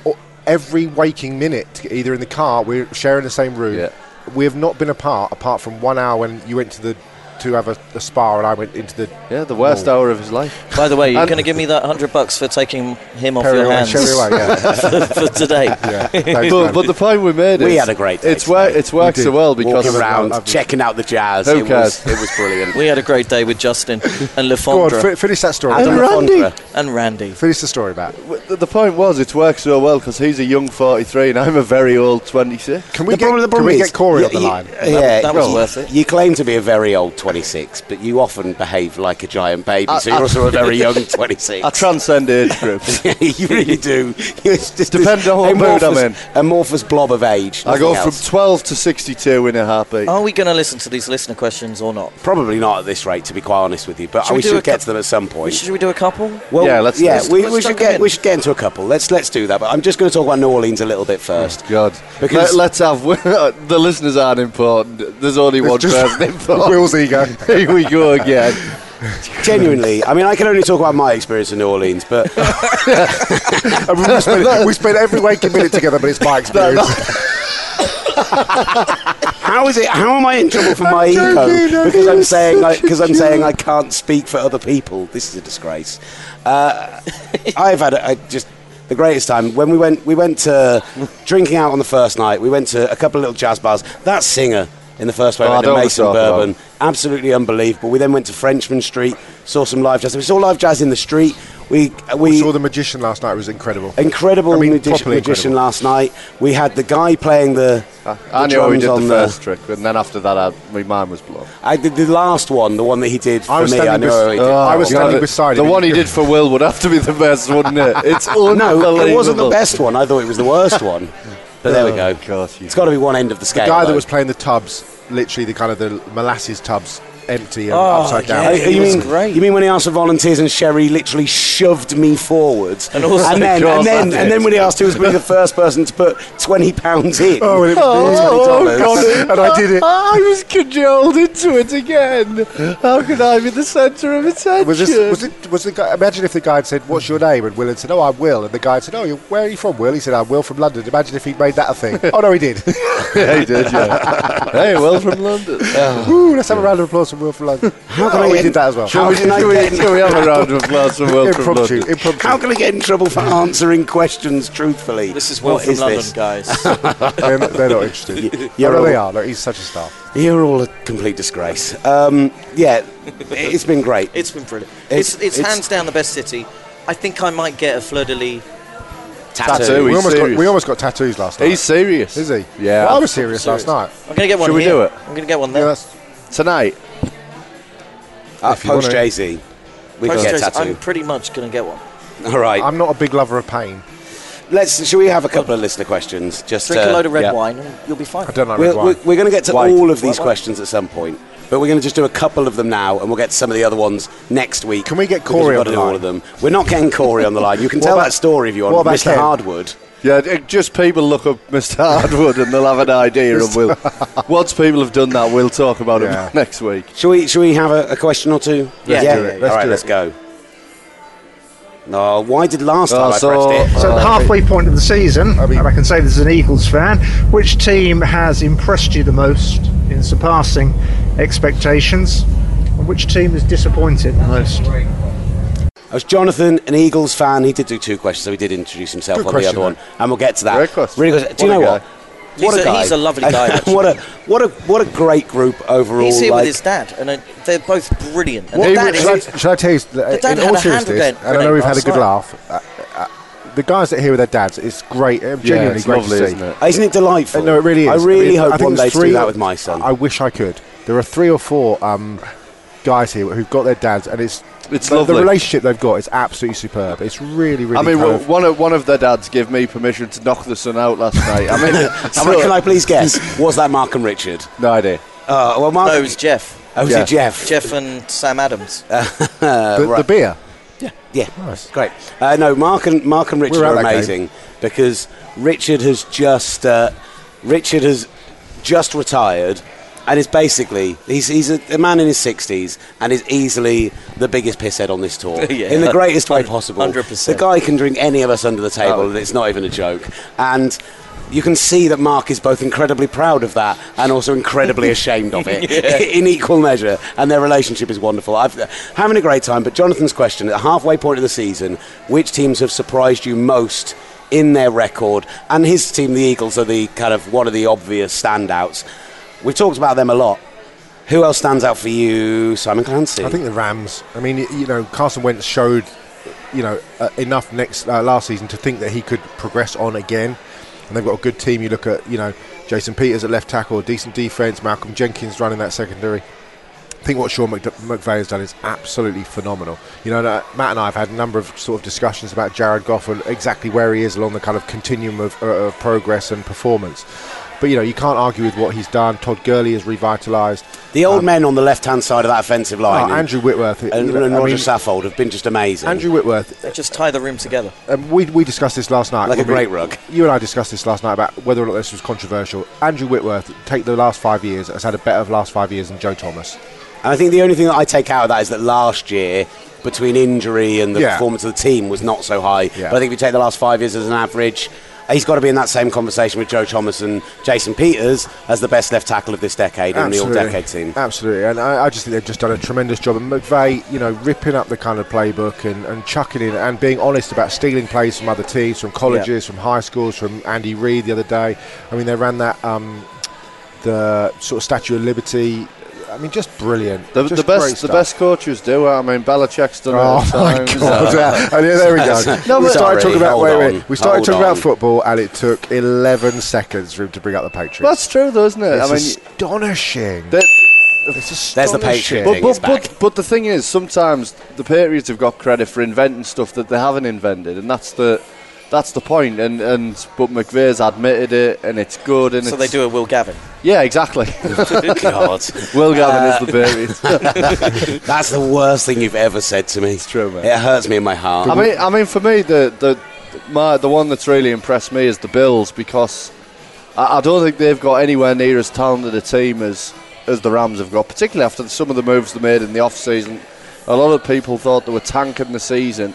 Speaker 5: o- every waking minute, either in the car, we're sharing the same room.
Speaker 6: Yeah.
Speaker 5: We have not been apart apart from one hour when you went to the to have a, a spa, and I went into the
Speaker 6: and, yeah, the worst
Speaker 1: Oh.
Speaker 5: Whoa.
Speaker 6: hour of his life.
Speaker 2: By the way, you're
Speaker 6: And-
Speaker 2: going to give me that hundred bucks for taking him off
Speaker 5: Perrier
Speaker 2: your
Speaker 5: and
Speaker 2: hands
Speaker 5: Cherry Away. Yeah,
Speaker 2: for today.
Speaker 5: yeah. Thanks,
Speaker 6: But,
Speaker 5: man.
Speaker 6: but the point we made is
Speaker 1: We had a great day
Speaker 6: It's, wor-
Speaker 1: today.
Speaker 6: it's worked
Speaker 5: We
Speaker 6: so
Speaker 5: did.
Speaker 6: well
Speaker 1: Walking
Speaker 6: because
Speaker 1: around, checking out the jazz.
Speaker 6: Who
Speaker 1: it, was,
Speaker 6: cares?
Speaker 1: it was brilliant.
Speaker 2: We had a great day with Justin and
Speaker 5: Go on,
Speaker 2: Lefondre
Speaker 5: fi- finish that story.
Speaker 1: Adam
Speaker 5: Matt.
Speaker 6: Randy.
Speaker 1: Lafondra.
Speaker 2: and Randy.
Speaker 5: Finish the story, Matt.
Speaker 6: W- The the point was, it's worked so well because he's a young 43 and I'm a very old 26.
Speaker 5: Can we
Speaker 1: The
Speaker 5: get
Speaker 1: problem- the
Speaker 5: can
Speaker 1: problem
Speaker 5: we
Speaker 1: is,
Speaker 5: get Corey
Speaker 1: you-
Speaker 5: on the
Speaker 1: you-
Speaker 5: line?
Speaker 1: Yeah,
Speaker 2: that was
Speaker 1: you-
Speaker 2: worth it.
Speaker 1: You claim to be a very old 26, but you often behave like a giant baby, so you're also a very young 26.
Speaker 6: I transcend age groups.
Speaker 1: you really do. You're just
Speaker 6: Depends on what mood I'm
Speaker 1: amorphous- Amorphous blob of age.
Speaker 6: I go
Speaker 1: nothing
Speaker 6: from
Speaker 1: else. Oh.
Speaker 6: 12 to 62 in a heartbeat.
Speaker 2: Are we going to listen to these listener questions or not?
Speaker 1: Probably not at this rate, to be quite honest with you. But
Speaker 2: Shall
Speaker 1: we,
Speaker 2: we do a
Speaker 1: should get
Speaker 2: cou-
Speaker 1: to them at some
Speaker 2: We-
Speaker 1: point.
Speaker 2: Should we do a couple?
Speaker 1: well,
Speaker 6: Yeah, let's-
Speaker 1: yeah,
Speaker 6: let's-
Speaker 1: we,
Speaker 2: let's
Speaker 1: we should
Speaker 2: chuck 'em
Speaker 1: get
Speaker 2: in.
Speaker 1: we should get into a couple. Let's let's do that. But I'm just going to talk about New Orleans a little bit first.
Speaker 6: God.
Speaker 1: Because-
Speaker 6: Let, us have. the listeners aren't important. There's only one
Speaker 5: Just-
Speaker 6: person important.
Speaker 5: Will's ego.
Speaker 6: Here we go again.
Speaker 1: Genuinely, I mean, I can only talk about my experience in New Orleans, but
Speaker 5: I mean, we, spend, we spend every waking minute together, but it's my experience.
Speaker 1: How is it? How am I in trouble for my
Speaker 5: joking,
Speaker 1: ego?
Speaker 5: I'm
Speaker 1: Because I'm saying I,
Speaker 5: joking.
Speaker 1: because I'm saying I can't speak for other people. This is a disgrace. Uh, I've had a, I just the greatest time. When we went, we went to drinking out on the first night. We went to a couple of little jazz bars. That singer in the first wave,
Speaker 6: Oh, I
Speaker 1: at the
Speaker 6: don't wanna
Speaker 1: Mason
Speaker 6: talk about
Speaker 1: Bourbon,
Speaker 6: him.
Speaker 1: absolutely unbelievable. We then went to Frenchman Street, saw some live jazz. We saw live jazz in the street. We we
Speaker 5: saw the magician last night. It was incredible.
Speaker 1: incredible
Speaker 5: I mean,
Speaker 1: magician,
Speaker 5: properly
Speaker 1: magician
Speaker 5: incredible.
Speaker 1: last night. We had the guy playing the,
Speaker 6: I
Speaker 1: the
Speaker 6: knew we
Speaker 1: drums
Speaker 6: Ah, did
Speaker 1: on
Speaker 6: the first trick, and then after that, I, my mind was blown.
Speaker 1: I did the last one, the one that he did for
Speaker 5: was
Speaker 1: me.
Speaker 5: standing
Speaker 1: I know
Speaker 5: bes-
Speaker 1: how he did.
Speaker 5: Oh, I was
Speaker 6: God,
Speaker 5: standing
Speaker 6: the-
Speaker 5: beside
Speaker 6: The
Speaker 5: him.
Speaker 6: one he did for Will would have to be the best, wouldn't it? It's
Speaker 5: Oh,
Speaker 6: unbelievable.
Speaker 1: no, it wasn't the best one. I thought it was the worst one. But there we
Speaker 6: Oh,
Speaker 1: go.
Speaker 6: God, you-
Speaker 1: It's got to be one end of the scale.
Speaker 5: The guy that
Speaker 1: though.
Speaker 5: was playing the tubs, literally the kind of the molasses tubs, empty and upside down.
Speaker 1: Uh,
Speaker 2: yeah.
Speaker 1: you,
Speaker 2: was
Speaker 1: mean,
Speaker 2: great.
Speaker 1: you mean when he asked for volunteers and Sherry literally shoved me forwards? And,
Speaker 2: also-
Speaker 1: then, and,
Speaker 6: God,
Speaker 1: then,
Speaker 6: that
Speaker 1: and then
Speaker 6: is-
Speaker 1: when he asked who was going to be the first person to put £20 in.
Speaker 5: Oh, and it was
Speaker 1: Oh,
Speaker 5: $20. and I did it.
Speaker 6: I was cajoled into it again. How could I be the centre of attention?
Speaker 5: Was, this, was it? Was the guy? Imagine if the guy had said, "What's your name?" and Will had said, "Oh, I'm Will," and the guy had said, "Oh, you where are you from, Will?" He said, "I'm Will from London." Imagine if he made that a thing. oh no, he did.
Speaker 6: yeah, he did, yeah. hey, Will from London. Yeah.
Speaker 5: Woo, let's have a round of applause from Will from London. How
Speaker 1: can I
Speaker 5: we
Speaker 1: get-
Speaker 5: did that as well?
Speaker 1: How
Speaker 6: Shall we,
Speaker 1: can I
Speaker 6: shall we,
Speaker 1: get-
Speaker 6: shall we have a round of applause for Will from
Speaker 5: impromptu,
Speaker 6: London?
Speaker 5: impromptu.
Speaker 1: How can I get in trouble for answering questions truthfully?
Speaker 2: This is Will
Speaker 1: What
Speaker 2: from
Speaker 1: is
Speaker 2: London,
Speaker 1: this?
Speaker 2: guys.
Speaker 5: they're, not, they're not interested.
Speaker 1: you're
Speaker 5: Yeah,
Speaker 1: all-
Speaker 5: they are. Look, he's such a star.
Speaker 1: You're all a complete disgrace. Um, yeah, it's been great.
Speaker 2: it's been brilliant.
Speaker 1: It's-
Speaker 2: It's, it's,
Speaker 1: it's-
Speaker 2: hands down the best city. I think I might get a Fleur de Lis.
Speaker 6: Tattoo.
Speaker 5: We
Speaker 6: He's
Speaker 5: almost, got,
Speaker 6: serious.
Speaker 5: we almost got tattoos last night.
Speaker 6: He's serious.
Speaker 5: is he?
Speaker 6: Yeah.
Speaker 5: Well, I was serious, last night.
Speaker 2: I'm gonna get one.
Speaker 6: Should we
Speaker 2: here.
Speaker 6: do it?
Speaker 2: I'm gonna get one
Speaker 5: Yeah,
Speaker 2: there.
Speaker 5: that's,
Speaker 6: Tonight.
Speaker 1: Uh,
Speaker 5: If you wanna-
Speaker 1: post Jay Z, we can
Speaker 2: Post
Speaker 1: get a
Speaker 2: Joe's, I'm
Speaker 1: tattoo.
Speaker 2: pretty much gonna get one.
Speaker 1: All right.
Speaker 5: I'm not a big lover of pain.
Speaker 1: Let's. Shall we have a couple of listener questions? Just
Speaker 2: Drink a
Speaker 1: uh,
Speaker 2: load of red
Speaker 1: yeah.
Speaker 2: wine, and you'll be fine.
Speaker 5: I don't like
Speaker 1: We're,
Speaker 5: red wine.
Speaker 1: going to get to
Speaker 6: White.
Speaker 1: all of these
Speaker 6: White wine.
Speaker 1: questions at some point, but we're going to just do a couple of them now, and we'll get to some of the other ones next week.
Speaker 5: Can we get
Speaker 1: because
Speaker 5: Corey
Speaker 1: we've
Speaker 5: on
Speaker 1: got to
Speaker 5: the
Speaker 1: do all
Speaker 5: line?
Speaker 1: of them. We're not getting Corey on the line. You can
Speaker 5: What
Speaker 1: tell
Speaker 5: about-
Speaker 1: that story if you want.
Speaker 5: what about
Speaker 1: Mr.
Speaker 5: Ken?
Speaker 1: Hardwood.
Speaker 6: Yeah, it- just people look up Mr. Hardwood and they'll have an idea and we'll. Once people have done that, we'll talk about
Speaker 5: Yeah.
Speaker 6: it next week.
Speaker 1: Shall we? Shall we have a, a question or two?
Speaker 2: Let's
Speaker 1: yeah.
Speaker 2: do
Speaker 5: it. Let's
Speaker 1: all right.
Speaker 5: do
Speaker 1: let's
Speaker 5: it.
Speaker 1: go. No, why did last time
Speaker 6: Oh,
Speaker 1: I
Speaker 6: so-
Speaker 1: pressed it?
Speaker 7: So at the halfway point of the season, I, I can say this as an Eagles fan, which team has impressed you the most in surpassing expectations? And which team has disappointed the most?
Speaker 1: I was Jonathan, an Eagles fan. He did do two questions, so he did introduce himself
Speaker 5: Good
Speaker 1: on
Speaker 5: question,
Speaker 1: the other one, and we'll get to that.
Speaker 6: Great question.
Speaker 1: Really good. Do
Speaker 6: What
Speaker 1: you
Speaker 6: a
Speaker 1: know
Speaker 6: guy.
Speaker 1: what?
Speaker 2: He's
Speaker 1: What
Speaker 2: a-
Speaker 1: guy.
Speaker 2: he's a lovely guy, actually.
Speaker 1: what a what a what a great group overall.
Speaker 2: He's here
Speaker 1: like,
Speaker 2: with his dad, and uh, they're both brilliant. And
Speaker 5: Hey,
Speaker 2: the dad
Speaker 5: should, I,
Speaker 2: is,
Speaker 5: should I tell you,
Speaker 2: dad
Speaker 5: in
Speaker 2: had
Speaker 5: all
Speaker 2: a hand
Speaker 5: seriousness,
Speaker 2: grenade-
Speaker 5: and I know we've had a
Speaker 2: grenade
Speaker 5: good
Speaker 2: last
Speaker 5: laugh, uh, uh, the guys that are here with their dads, it's great, uh,
Speaker 6: Yeah,
Speaker 5: genuinely
Speaker 6: it's
Speaker 5: great
Speaker 6: lovely,
Speaker 5: to see.
Speaker 6: isn't it?
Speaker 1: Isn't it
Speaker 5: Uh,
Speaker 1: delightful?
Speaker 5: no, it really is.
Speaker 1: I really
Speaker 5: mean,
Speaker 1: hope
Speaker 5: think
Speaker 1: one
Speaker 5: it's
Speaker 1: day to
Speaker 5: three
Speaker 1: do that
Speaker 5: or-
Speaker 1: with my son.
Speaker 5: I wish I could. There are three or four um, guys here who've got their dads, and it's
Speaker 6: It's
Speaker 5: the, the
Speaker 6: lovely.
Speaker 5: relationship they've got is absolutely superb. It's really, really.
Speaker 6: I mean,
Speaker 5: kind
Speaker 6: w-
Speaker 5: of-
Speaker 6: one of one of their dads gave me permission to knock the sun out last night. I mean,
Speaker 1: I mean, can I please guess? Was that Mark and Richard?
Speaker 6: no idea.
Speaker 1: Uh, well, Mark.
Speaker 2: no, it's Jeff.
Speaker 1: oh, was
Speaker 6: yeah.
Speaker 1: it Jeff?
Speaker 2: Jeff and Sam Adams.
Speaker 6: uh,
Speaker 5: the, the beer.
Speaker 1: Yeah. Great. Uh, no, Mark and Mark and Richard
Speaker 5: We're at
Speaker 1: are
Speaker 5: that game.
Speaker 1: amazing because Richard has just uh, Richard has just retired and is basically he's he's a, a man in his sixties and is easily the biggest pisshead on this tour
Speaker 2: Yeah.
Speaker 1: in the greatest way possible.
Speaker 2: 100%.
Speaker 1: The guy can drink any of us under the
Speaker 5: Oh.
Speaker 1: table and it's not even a joke. And. You can see that Mark is both incredibly proud of that and also incredibly ashamed of it in equal measure, and their relationship is wonderful. I've uh, having a great time. But Jonathan's question at the halfway point of the season: which teams have surprised you most in their record? And his team, the Eagles, are the kind of one of the obvious standouts. We've talked about them a lot. Who else stands out for you, Simon Clancy?
Speaker 5: I think the Rams. I mean, y- you know, Carson Wentz showed, you know, uh, enough next uh, last season to think that he could progress on again. And they've got a good team. You look at, you know, Jason Peters at left tackle, decent defense. Malcolm Jenkins running that secondary. I think what Sean McD- McVay has done is absolutely phenomenal. You know, and, uh, Matt and I have had a number of sort of discussions about Jared Goff and exactly where he is along the kind of continuum of, uh, of progress and performance. But you know, you can't argue with what he's done. Todd Gurley has revitalised.
Speaker 1: the old men on the left-hand side of that offensive line,
Speaker 5: um, Oh, Andrew Whitworth
Speaker 1: and,
Speaker 5: you know,
Speaker 1: and
Speaker 5: I
Speaker 1: Roger
Speaker 5: mean,
Speaker 1: Saffold, have been just amazing.
Speaker 5: Andrew Whitworth
Speaker 2: They just tie the room together.
Speaker 5: um, we, we discussed this last night.
Speaker 1: Like a
Speaker 5: when we-
Speaker 1: great rug.
Speaker 5: You and I discussed this last night about whether or not this was controversial. Andrew Whitworth, take the last five years, has had a better last five years than Joe Thomas.
Speaker 1: And I think the only thing that I take out of that is that last year, between injury and the
Speaker 5: Yeah.
Speaker 1: performance of the team, was not so high.
Speaker 5: Yeah.
Speaker 1: But I think if you take the last five years as an average, he's got to be in that same conversation with Joe Thomas and Jason Peters as the best left tackle of this decade in the All Decade team.
Speaker 5: Absolutely, and I, I just think they've just done a tremendous job. And McVeigh, you know, ripping up the kind of playbook and, and chucking in and being honest about stealing plays from other teams, from colleges, from high schools, from Andy Reid the other day. I mean, they ran that um, the sort of Statue of Liberty. I mean, just brilliant.
Speaker 8: The, the
Speaker 5: Just great
Speaker 8: best, the
Speaker 5: stuff.
Speaker 8: best coaches do. it. I mean, Belichick's done
Speaker 5: Oh
Speaker 8: it. at
Speaker 5: my
Speaker 8: times.
Speaker 5: god! And yeah, there we go.
Speaker 1: No,
Speaker 5: we
Speaker 1: but-
Speaker 5: started talking about
Speaker 1: Hold
Speaker 5: wait, wait,
Speaker 1: on,
Speaker 5: we started
Speaker 1: hold
Speaker 5: talking
Speaker 1: on.
Speaker 5: about football, and it took 11 seconds for him to bring up the Patriots.
Speaker 8: That's true, though, isn't it?
Speaker 5: it's
Speaker 8: I mean,
Speaker 5: astonishing.
Speaker 8: that-
Speaker 5: it's
Speaker 1: There's the
Speaker 5: astonishing.
Speaker 1: Patriot
Speaker 8: but,
Speaker 1: thing.
Speaker 8: but,
Speaker 1: it's back.
Speaker 8: but, but the thing is, sometimes the Patriots have got credit for inventing stuff that they haven't invented, and that's the that's the point. And and but McVeigh's admitted it, and it's good. And
Speaker 9: So they
Speaker 8: it's-
Speaker 9: do a Will Gavin.
Speaker 8: Yeah, exactly.
Speaker 1: God,
Speaker 8: Will Gavin is the Patriots.
Speaker 1: that's the worst thing you've ever said to me. It's
Speaker 8: true, mate.
Speaker 1: It hurts me in my heart.
Speaker 8: I mean, I mean, for me, the the my the one that's really impressed me is the Bills because I, I don't think they've got anywhere near as talented a team as as the Rams have got, particularly after some of the moves they made in the off season. A lot of people thought they were tanking the season,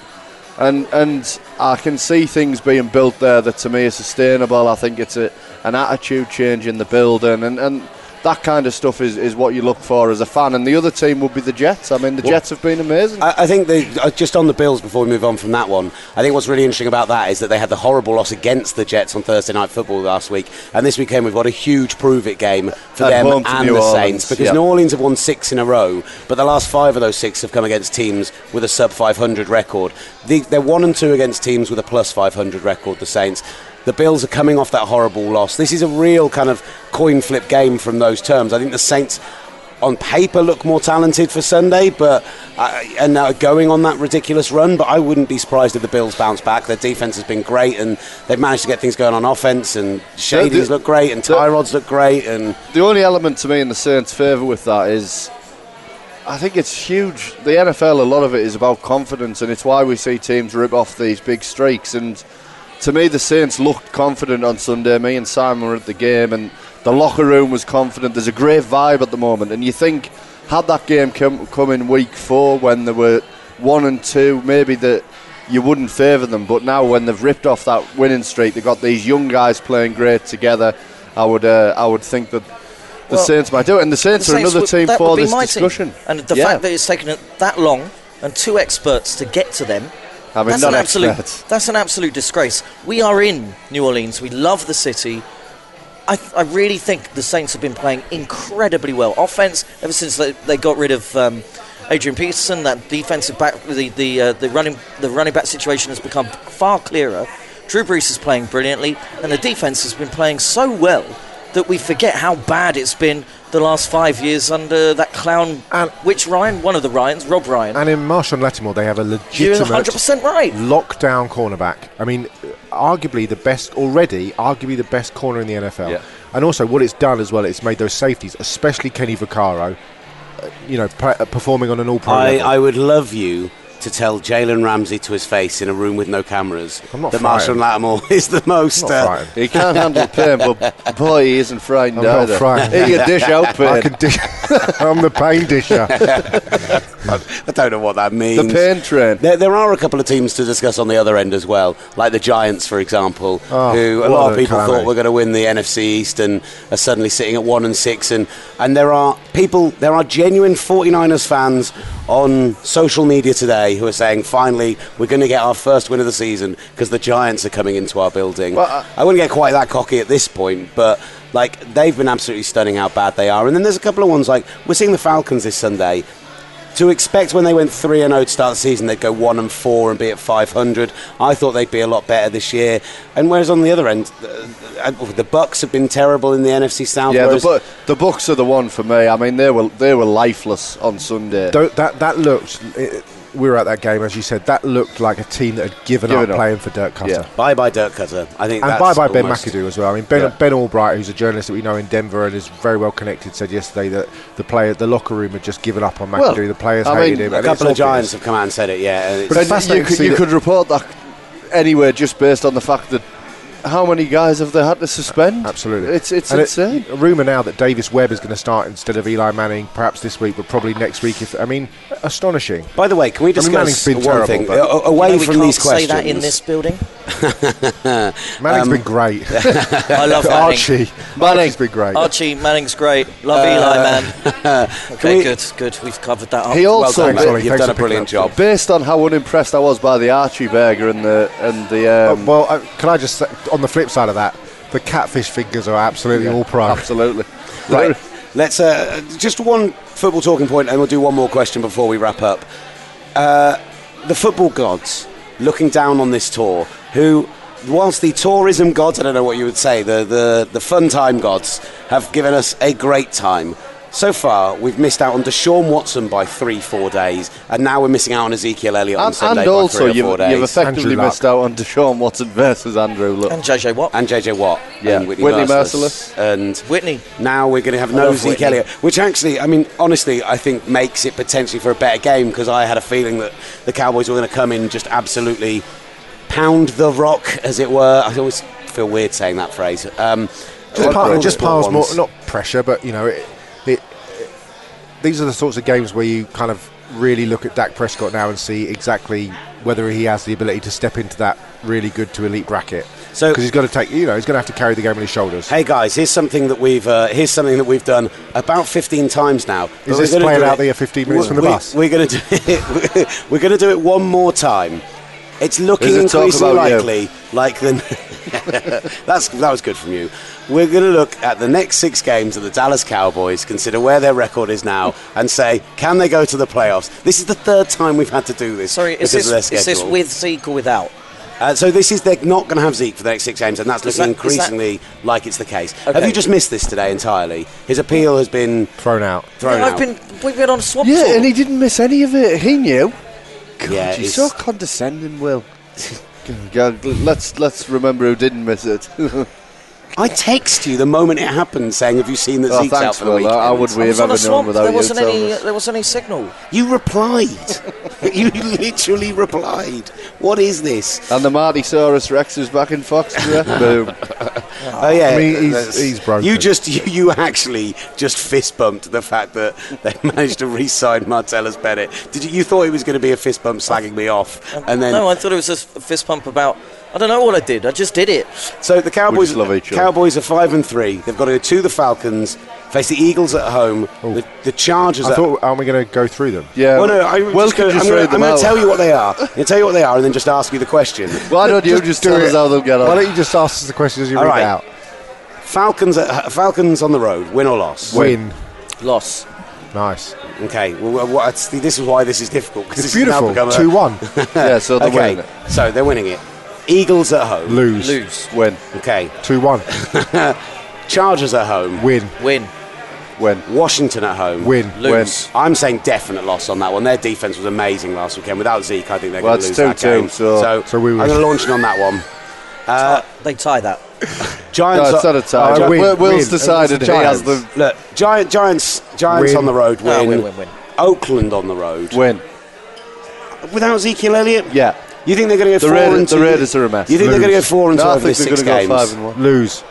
Speaker 8: and and I can see things being built there that to me are sustainable. I think it's a, an attitude change in the building and. and that kind of stuff is, is what you look for as a fan, and the other team would be the Jets. I mean, the Jets have been amazing.
Speaker 1: I, I think they, uh, just on the Bills before we move on from that one. I think what's really interesting about that is that they had the horrible loss against the Jets on Thursday Night Football last week, and this weekend we've got a huge prove it game for
Speaker 8: At
Speaker 1: them
Speaker 8: home
Speaker 1: and
Speaker 8: to
Speaker 1: the
Speaker 8: New Orleans,
Speaker 1: Saints because
Speaker 8: yeah.
Speaker 1: New Orleans have won six in a row, but the last five of those six have come against teams with a sub 500 record. The, they're one and two against teams with a plus 500 record. The Saints. The Bills are coming off that horrible loss. This is a real kind of coin flip game from those terms. I think the Saints on paper look more talented for Sunday, but uh, and now going on that ridiculous run. But I wouldn't be surprised if the Bills bounce back. Their defense has been great, and they've managed to get things going on offense. And Shady's
Speaker 8: the-
Speaker 1: look great, and
Speaker 8: the-
Speaker 1: Tyrod's look great, and
Speaker 8: the only element to me in the Saints' favour with that is I think it's huge. The NFL, a lot of it is about confidence, and it's why we see teams rip off these big streaks. And to me, the Saints looked confident on Sunday. Me and Simon were at the game, and the locker room was confident. There's a great vibe at the moment, and you think had that game come, come in week four when they were one and two, maybe that you wouldn't favour them. But now, when they've ripped off that winning streak, they've got these young guys playing great together. I would, uh, I would think that. The
Speaker 2: Well,
Speaker 8: Saints might do it, and the Saints
Speaker 2: The
Speaker 8: are
Speaker 2: Saints
Speaker 8: another
Speaker 2: would-
Speaker 8: team
Speaker 2: that
Speaker 8: for
Speaker 2: would be
Speaker 8: this
Speaker 2: my team.
Speaker 8: discussion.
Speaker 2: And the
Speaker 8: Yeah.
Speaker 2: fact that it's taken it that long and two experts to get to them,
Speaker 8: I mean,
Speaker 2: that's
Speaker 8: not
Speaker 2: an absolute
Speaker 8: experts.
Speaker 2: that's an absolute disgrace. We are in New Orleans. We love the city. I, th- I really think the Saints have been playing incredibly well. Offense ever since they, they got rid of um, Adrian Peterson, that defensive back, the the uh, the running the running back situation has become far clearer. Drew Brees is playing brilliantly, and the defense has been playing so well that we forget how bad it's been the last five years under that clown,
Speaker 5: And-
Speaker 2: which Ryan, one of the Ryans, Rob Ryan.
Speaker 5: And in Marshawn Lattimore, they have a
Speaker 2: You're
Speaker 5: legitimate
Speaker 2: 100% right.
Speaker 5: lockdown cornerback. I mean, arguably the best already, arguably the best corner in the NFL.
Speaker 8: Yeah.
Speaker 5: And also, what it's done as well, it's made those safeties, especially Kenny Vaccaro, uh, you know, pre- uh, performing on an all-pro.
Speaker 1: I,
Speaker 5: level.
Speaker 1: I would love you to tell Jalen Ramsey to his face in a room with no cameras
Speaker 5: I'm not
Speaker 1: that
Speaker 5: frightened.
Speaker 1: Marshawn Lattimore is the most.
Speaker 5: I'm not
Speaker 1: uh,
Speaker 5: frightened.
Speaker 8: He can't handle pain, but boy, he isn't frightened
Speaker 5: I'm not
Speaker 8: either.
Speaker 5: frightened.
Speaker 8: He can dish out
Speaker 5: I
Speaker 8: pain.
Speaker 5: can dish. I'm the pain disher.
Speaker 1: I don't know what that means.
Speaker 8: the pain train.
Speaker 1: There, there are a couple of teams to discuss on the other end as well, like the Giants, for example,
Speaker 5: Oh,
Speaker 1: who a
Speaker 5: what
Speaker 1: lot
Speaker 5: a
Speaker 1: of people
Speaker 5: calamity.
Speaker 1: thought were going to win the NFC East and are suddenly sitting at one and six. And, and there are people, there are genuine 49ers fans on social media today who are saying, finally, we're going to get our first win of the season because the Giants are coming into our building.
Speaker 8: Well, I-
Speaker 1: I wouldn't get quite that cocky at this point, but like they've been absolutely stunning how bad they are. And then there's a couple of ones like we're seeing the Falcons this Sunday. To expect when they went three and zero to start the season, they'd go one and four and be at 500. I thought they'd be a lot better this year. And whereas on the other end, uh, uh, the Bucks have been terrible in the NFC South.
Speaker 8: Yeah, the,
Speaker 1: whereas-
Speaker 8: bu- the books are the one for me. I mean, they were they were lifeless on Sunday.
Speaker 5: Don't, that that looked. It, we were at that game, as you said. That looked like a team that had given,
Speaker 8: Given
Speaker 5: up,
Speaker 8: up.
Speaker 5: playing for Dirk Cutter.
Speaker 8: Yeah.
Speaker 1: bye bye Dirk Cutter. I think
Speaker 5: And
Speaker 1: that's
Speaker 5: bye bye Ben
Speaker 1: almost-
Speaker 5: McAdoo as well. I mean, Ben,
Speaker 8: Yeah.
Speaker 5: ben Albright, who's a journalist that we know in Denver and is very well connected, said yesterday that the player, the locker room had just given up on McAdoo.
Speaker 8: Well,
Speaker 5: the players
Speaker 8: I
Speaker 5: hated
Speaker 8: mean,
Speaker 5: him.
Speaker 1: A
Speaker 5: and
Speaker 1: couple of
Speaker 5: it's obvious.
Speaker 1: Giants have come out and said it. Yeah, and it's-
Speaker 5: But
Speaker 8: And
Speaker 5: it's fascinating
Speaker 8: you
Speaker 5: to
Speaker 8: could,
Speaker 5: see
Speaker 8: you
Speaker 5: that-
Speaker 8: could report that anywhere just based on the fact that how many guys have they had to suspend?
Speaker 5: Absolutely.
Speaker 8: It's it's
Speaker 5: And it-
Speaker 8: insane.
Speaker 5: a rumour now that Davis Webb is going to start instead of Eli Manning, perhaps this week, but probably next week. If I mean, astonishing.
Speaker 1: By the way, can we
Speaker 5: Manning's
Speaker 1: discuss
Speaker 5: been
Speaker 1: one
Speaker 5: terrible,
Speaker 1: thing
Speaker 5: but-
Speaker 1: A- a- away
Speaker 2: You know, we
Speaker 1: from
Speaker 2: can't
Speaker 1: these
Speaker 2: say
Speaker 1: questions?
Speaker 2: that in this building.
Speaker 5: Manning's been great.
Speaker 10: I love Manning.
Speaker 5: Archie,
Speaker 2: Manning.
Speaker 5: Archie's been great.
Speaker 2: Archie Manning's great. Love
Speaker 1: Uh,
Speaker 2: Eli, man. okay, good, good. We've covered that up.
Speaker 8: He
Speaker 1: well
Speaker 8: also
Speaker 1: done,
Speaker 5: Thanks,
Speaker 1: mate.
Speaker 5: Ollie.
Speaker 1: You've
Speaker 5: Thanks
Speaker 1: done a
Speaker 5: for picking
Speaker 1: brilliant job.
Speaker 8: Based on how unimpressed I was by the Archie burger and the and the
Speaker 5: Oh,
Speaker 8: um,
Speaker 5: well, uh, can I just say, on the flip side of that, the catfish fingers are absolutely all prime.
Speaker 8: absolutely
Speaker 1: Right. Let's uh, just one football talking point, and we'll do one more question before we wrap up. Uh, the football gods looking down on this tour, who, whilst the tourism gods, I don't know what you would say, the, the, the fun time gods, have given us a great time. So far, we've missed out on Deshaun Watson by three, four days, and now we're missing out on Ezekiel Elliott on
Speaker 8: And,
Speaker 1: Sunday
Speaker 8: and
Speaker 1: by
Speaker 8: also,
Speaker 1: three or
Speaker 8: you've,
Speaker 1: four days.
Speaker 8: you've effectively
Speaker 5: Andrew Luck.
Speaker 8: missed out on Deshaun Watson versus Andrew Luck.
Speaker 2: And JJ Watt.
Speaker 1: and JJ Watt,
Speaker 8: Yeah.
Speaker 1: and Whitney,
Speaker 8: Whitney
Speaker 1: Merciless, and
Speaker 2: Whitney.
Speaker 1: Now we're going to have no
Speaker 2: love
Speaker 1: Zeke
Speaker 2: Whitney.
Speaker 1: Elliott, which actually, I mean, honestly, I think makes it potentially for a better game because I had a feeling that the Cowboys were going to come in and just absolutely pound the rock, as it were. I always feel weird saying that phrase. Um,
Speaker 5: Just,
Speaker 1: what-
Speaker 5: pile-
Speaker 1: what-
Speaker 5: just
Speaker 1: what
Speaker 5: piles more,
Speaker 1: ones?
Speaker 5: not pressure, but you know, it, it, it- these are the sorts of games where you kind of really look at Dak Prescott now and see exactly whether he has the ability to step into that really good to elite bracket.
Speaker 1: So-
Speaker 5: because he's got to take, you know, he's going to have to carry the game on his shoulders.
Speaker 1: Hey guys, here's something that we've uh, here's something that we've done about 15 times now. But we're
Speaker 5: this
Speaker 1: gonna
Speaker 5: playing
Speaker 1: do
Speaker 5: out
Speaker 1: it-
Speaker 5: there 15 minutes
Speaker 1: we-
Speaker 5: from the
Speaker 1: we-
Speaker 5: bus?
Speaker 1: We're going to do it. We're going to do it one more time. It's looking
Speaker 8: Is it talk
Speaker 1: increasingly
Speaker 8: about you?
Speaker 1: likely like the that's that was good from you. We're going to look at the next six games of the Dallas Cowboys, consider where their record is now, and say can they go to the playoffs? This is the third time we've had to do this.
Speaker 2: Sorry, is
Speaker 1: because of
Speaker 2: this,
Speaker 1: their
Speaker 2: is this
Speaker 1: schedule.
Speaker 2: with Zeke or without?
Speaker 1: Uh, so this is they're not going to have Zeke for the next six games, and that's looking
Speaker 2: that- is that-
Speaker 1: increasingly like it's the case. Have
Speaker 2: Okay.
Speaker 1: you just missed this today entirely? His appeal has been
Speaker 5: Thrown out.
Speaker 1: thrown
Speaker 2: I've
Speaker 1: out.
Speaker 2: been we've been on a swamp
Speaker 8: Yeah,
Speaker 2: tour.
Speaker 8: and he didn't miss any of it. He knew. God,
Speaker 1: Yeah,
Speaker 8: you're
Speaker 1: it's-
Speaker 8: so condescending, Will. God, l- let's let's remember who didn't miss it. oh,
Speaker 1: I text you the moment it happened, saying, "Have you seen that Zeke's out
Speaker 8: thanks,
Speaker 1: for the
Speaker 8: Will.
Speaker 1: weekend?"
Speaker 8: I would
Speaker 2: I
Speaker 8: we
Speaker 2: was on a
Speaker 8: have ever known
Speaker 2: swamp.
Speaker 8: without
Speaker 2: There
Speaker 8: you
Speaker 2: wasn't
Speaker 8: telling
Speaker 2: any.
Speaker 8: us?
Speaker 2: There wasn't any signal.
Speaker 1: You replied. you literally replied. What is this?
Speaker 8: And the Martysaurus Rex is back in Foxborough. Boom.
Speaker 1: Oh yeah,
Speaker 5: I mean, he's-
Speaker 1: that's-
Speaker 5: he's broken.
Speaker 1: You just you, you actually just fist bumped the fact that they managed to re-sign Martellus Bennett. Did you? You thought it was going to be a fist bump slagging me off, and then
Speaker 2: no, I thought it was a f- fist pump about. I don't know what I did. I just did it.
Speaker 1: So the Cowboys,
Speaker 8: just love each other.
Speaker 1: Cowboys are five and three. They've got to go to the Falcons, face the Eagles at home, the, the Chargers.
Speaker 5: I
Speaker 1: at
Speaker 5: thought, aren't we going to go through them?
Speaker 8: Yeah.
Speaker 1: Well, no, I'm
Speaker 8: Will
Speaker 1: just
Speaker 8: can
Speaker 1: gonna, I'm
Speaker 8: uh, just
Speaker 1: gonna,
Speaker 8: read
Speaker 1: I'm
Speaker 8: them
Speaker 1: gonna
Speaker 8: out.
Speaker 1: tell you what they are. I'm gonna tell you what they are, and then just ask you the question.
Speaker 8: Why don't you just tell us how they'll get
Speaker 5: Why
Speaker 8: on?
Speaker 5: don't you just ask us the questions you
Speaker 1: All
Speaker 5: read
Speaker 1: right.
Speaker 5: out?
Speaker 1: Falcons, at, Falcons on the road, win or loss.
Speaker 5: Win.
Speaker 2: Loss.
Speaker 5: Nice.
Speaker 1: Okay. Well, well, what- see, this is why this is difficult because
Speaker 5: It's beautiful. 2 1.
Speaker 8: Yeah, so they're
Speaker 1: Okay.
Speaker 8: winning it.
Speaker 1: So they're winning it. Eagles at home.
Speaker 5: Lose.
Speaker 2: Lose.
Speaker 8: Win,
Speaker 1: Okay.
Speaker 5: 2 1.
Speaker 1: Chargers at home.
Speaker 5: Win.
Speaker 2: Win.
Speaker 8: win,
Speaker 1: Washington at home.
Speaker 5: Win.
Speaker 2: Lose.
Speaker 1: I'm saying definite loss on that one. Their defense was amazing last weekend. Without Zeke, I think they're
Speaker 8: Well,
Speaker 1: going to lose
Speaker 8: it's
Speaker 1: that
Speaker 8: 2-2,
Speaker 1: game.
Speaker 8: so-
Speaker 5: So we
Speaker 1: I'm
Speaker 5: were-
Speaker 1: going to launch in on that one.
Speaker 2: They tie that.
Speaker 1: Giants.
Speaker 8: No, it's
Speaker 1: are-
Speaker 8: not a tie.
Speaker 5: Uh,
Speaker 8: Will-
Speaker 5: win,
Speaker 8: Will's
Speaker 5: win.
Speaker 8: decided he
Speaker 5: Giants.
Speaker 8: has the
Speaker 1: Look, Giant, Giants, Giants
Speaker 5: Win.
Speaker 1: on the road
Speaker 2: No,
Speaker 1: win.
Speaker 2: win, win, win.
Speaker 1: Oakland on the road
Speaker 8: win.
Speaker 1: without Ezekiel Elliott.
Speaker 8: Yeah.
Speaker 1: You think they're going to go
Speaker 8: The
Speaker 1: four
Speaker 8: Raiders-
Speaker 1: and two?
Speaker 8: the Raiders are a mess.
Speaker 1: You think they're going to go
Speaker 5: Lose.
Speaker 1: four and two
Speaker 8: No, I
Speaker 1: over the
Speaker 8: think they're
Speaker 1: six
Speaker 8: going to
Speaker 1: games?
Speaker 8: go five and one.
Speaker 5: Lose.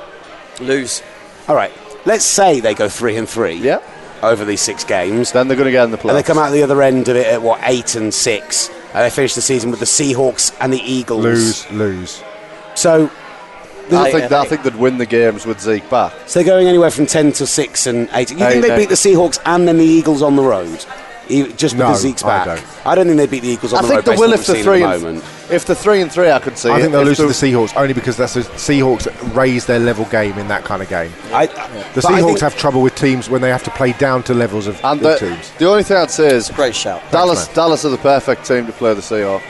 Speaker 2: Lose.
Speaker 1: All right. Let's say they go three and three.
Speaker 8: Yeah.
Speaker 1: Over these six games,
Speaker 8: Then they're going to get in the playoffs.
Speaker 1: and they come out the other end of it at what eight and six, and they finish the season with the Seahawks and the Eagles.
Speaker 5: Lose. Lose.
Speaker 1: So
Speaker 8: I
Speaker 2: Eight
Speaker 8: think
Speaker 2: and
Speaker 8: I
Speaker 2: eight.
Speaker 8: think they'd win the games with Zeke back.
Speaker 1: So they're going anywhere from 10 to 6 and 8. You
Speaker 8: Eight,
Speaker 1: think they
Speaker 8: eight.
Speaker 1: beat the Seahawks and then the Eagles on the road? E- Just
Speaker 5: No,
Speaker 1: because Zeke's
Speaker 5: I
Speaker 1: back.
Speaker 5: don't.
Speaker 1: don't think they beat the Eagles on
Speaker 8: I
Speaker 1: the
Speaker 8: think
Speaker 1: road.
Speaker 8: they
Speaker 1: based
Speaker 8: will
Speaker 1: on
Speaker 8: if
Speaker 1: what
Speaker 8: the
Speaker 1: we've
Speaker 8: three
Speaker 1: seen at the
Speaker 8: and
Speaker 1: moment.
Speaker 8: if the three and three, I could see.
Speaker 5: I think they'll
Speaker 8: If
Speaker 5: lose to
Speaker 8: the-
Speaker 5: the Seahawks only because that's the Seahawks that raise their level game in that kind of game.
Speaker 1: I,
Speaker 5: The
Speaker 1: but I
Speaker 5: Seahawks
Speaker 1: think-
Speaker 5: have trouble with teams when they have to play down to levels of
Speaker 8: And
Speaker 5: the
Speaker 8: the,
Speaker 5: teams.
Speaker 8: the only thing I'd say is
Speaker 2: Great shout.
Speaker 8: Dallas.
Speaker 5: man.
Speaker 8: Dallas are the perfect team to play the Seahawks.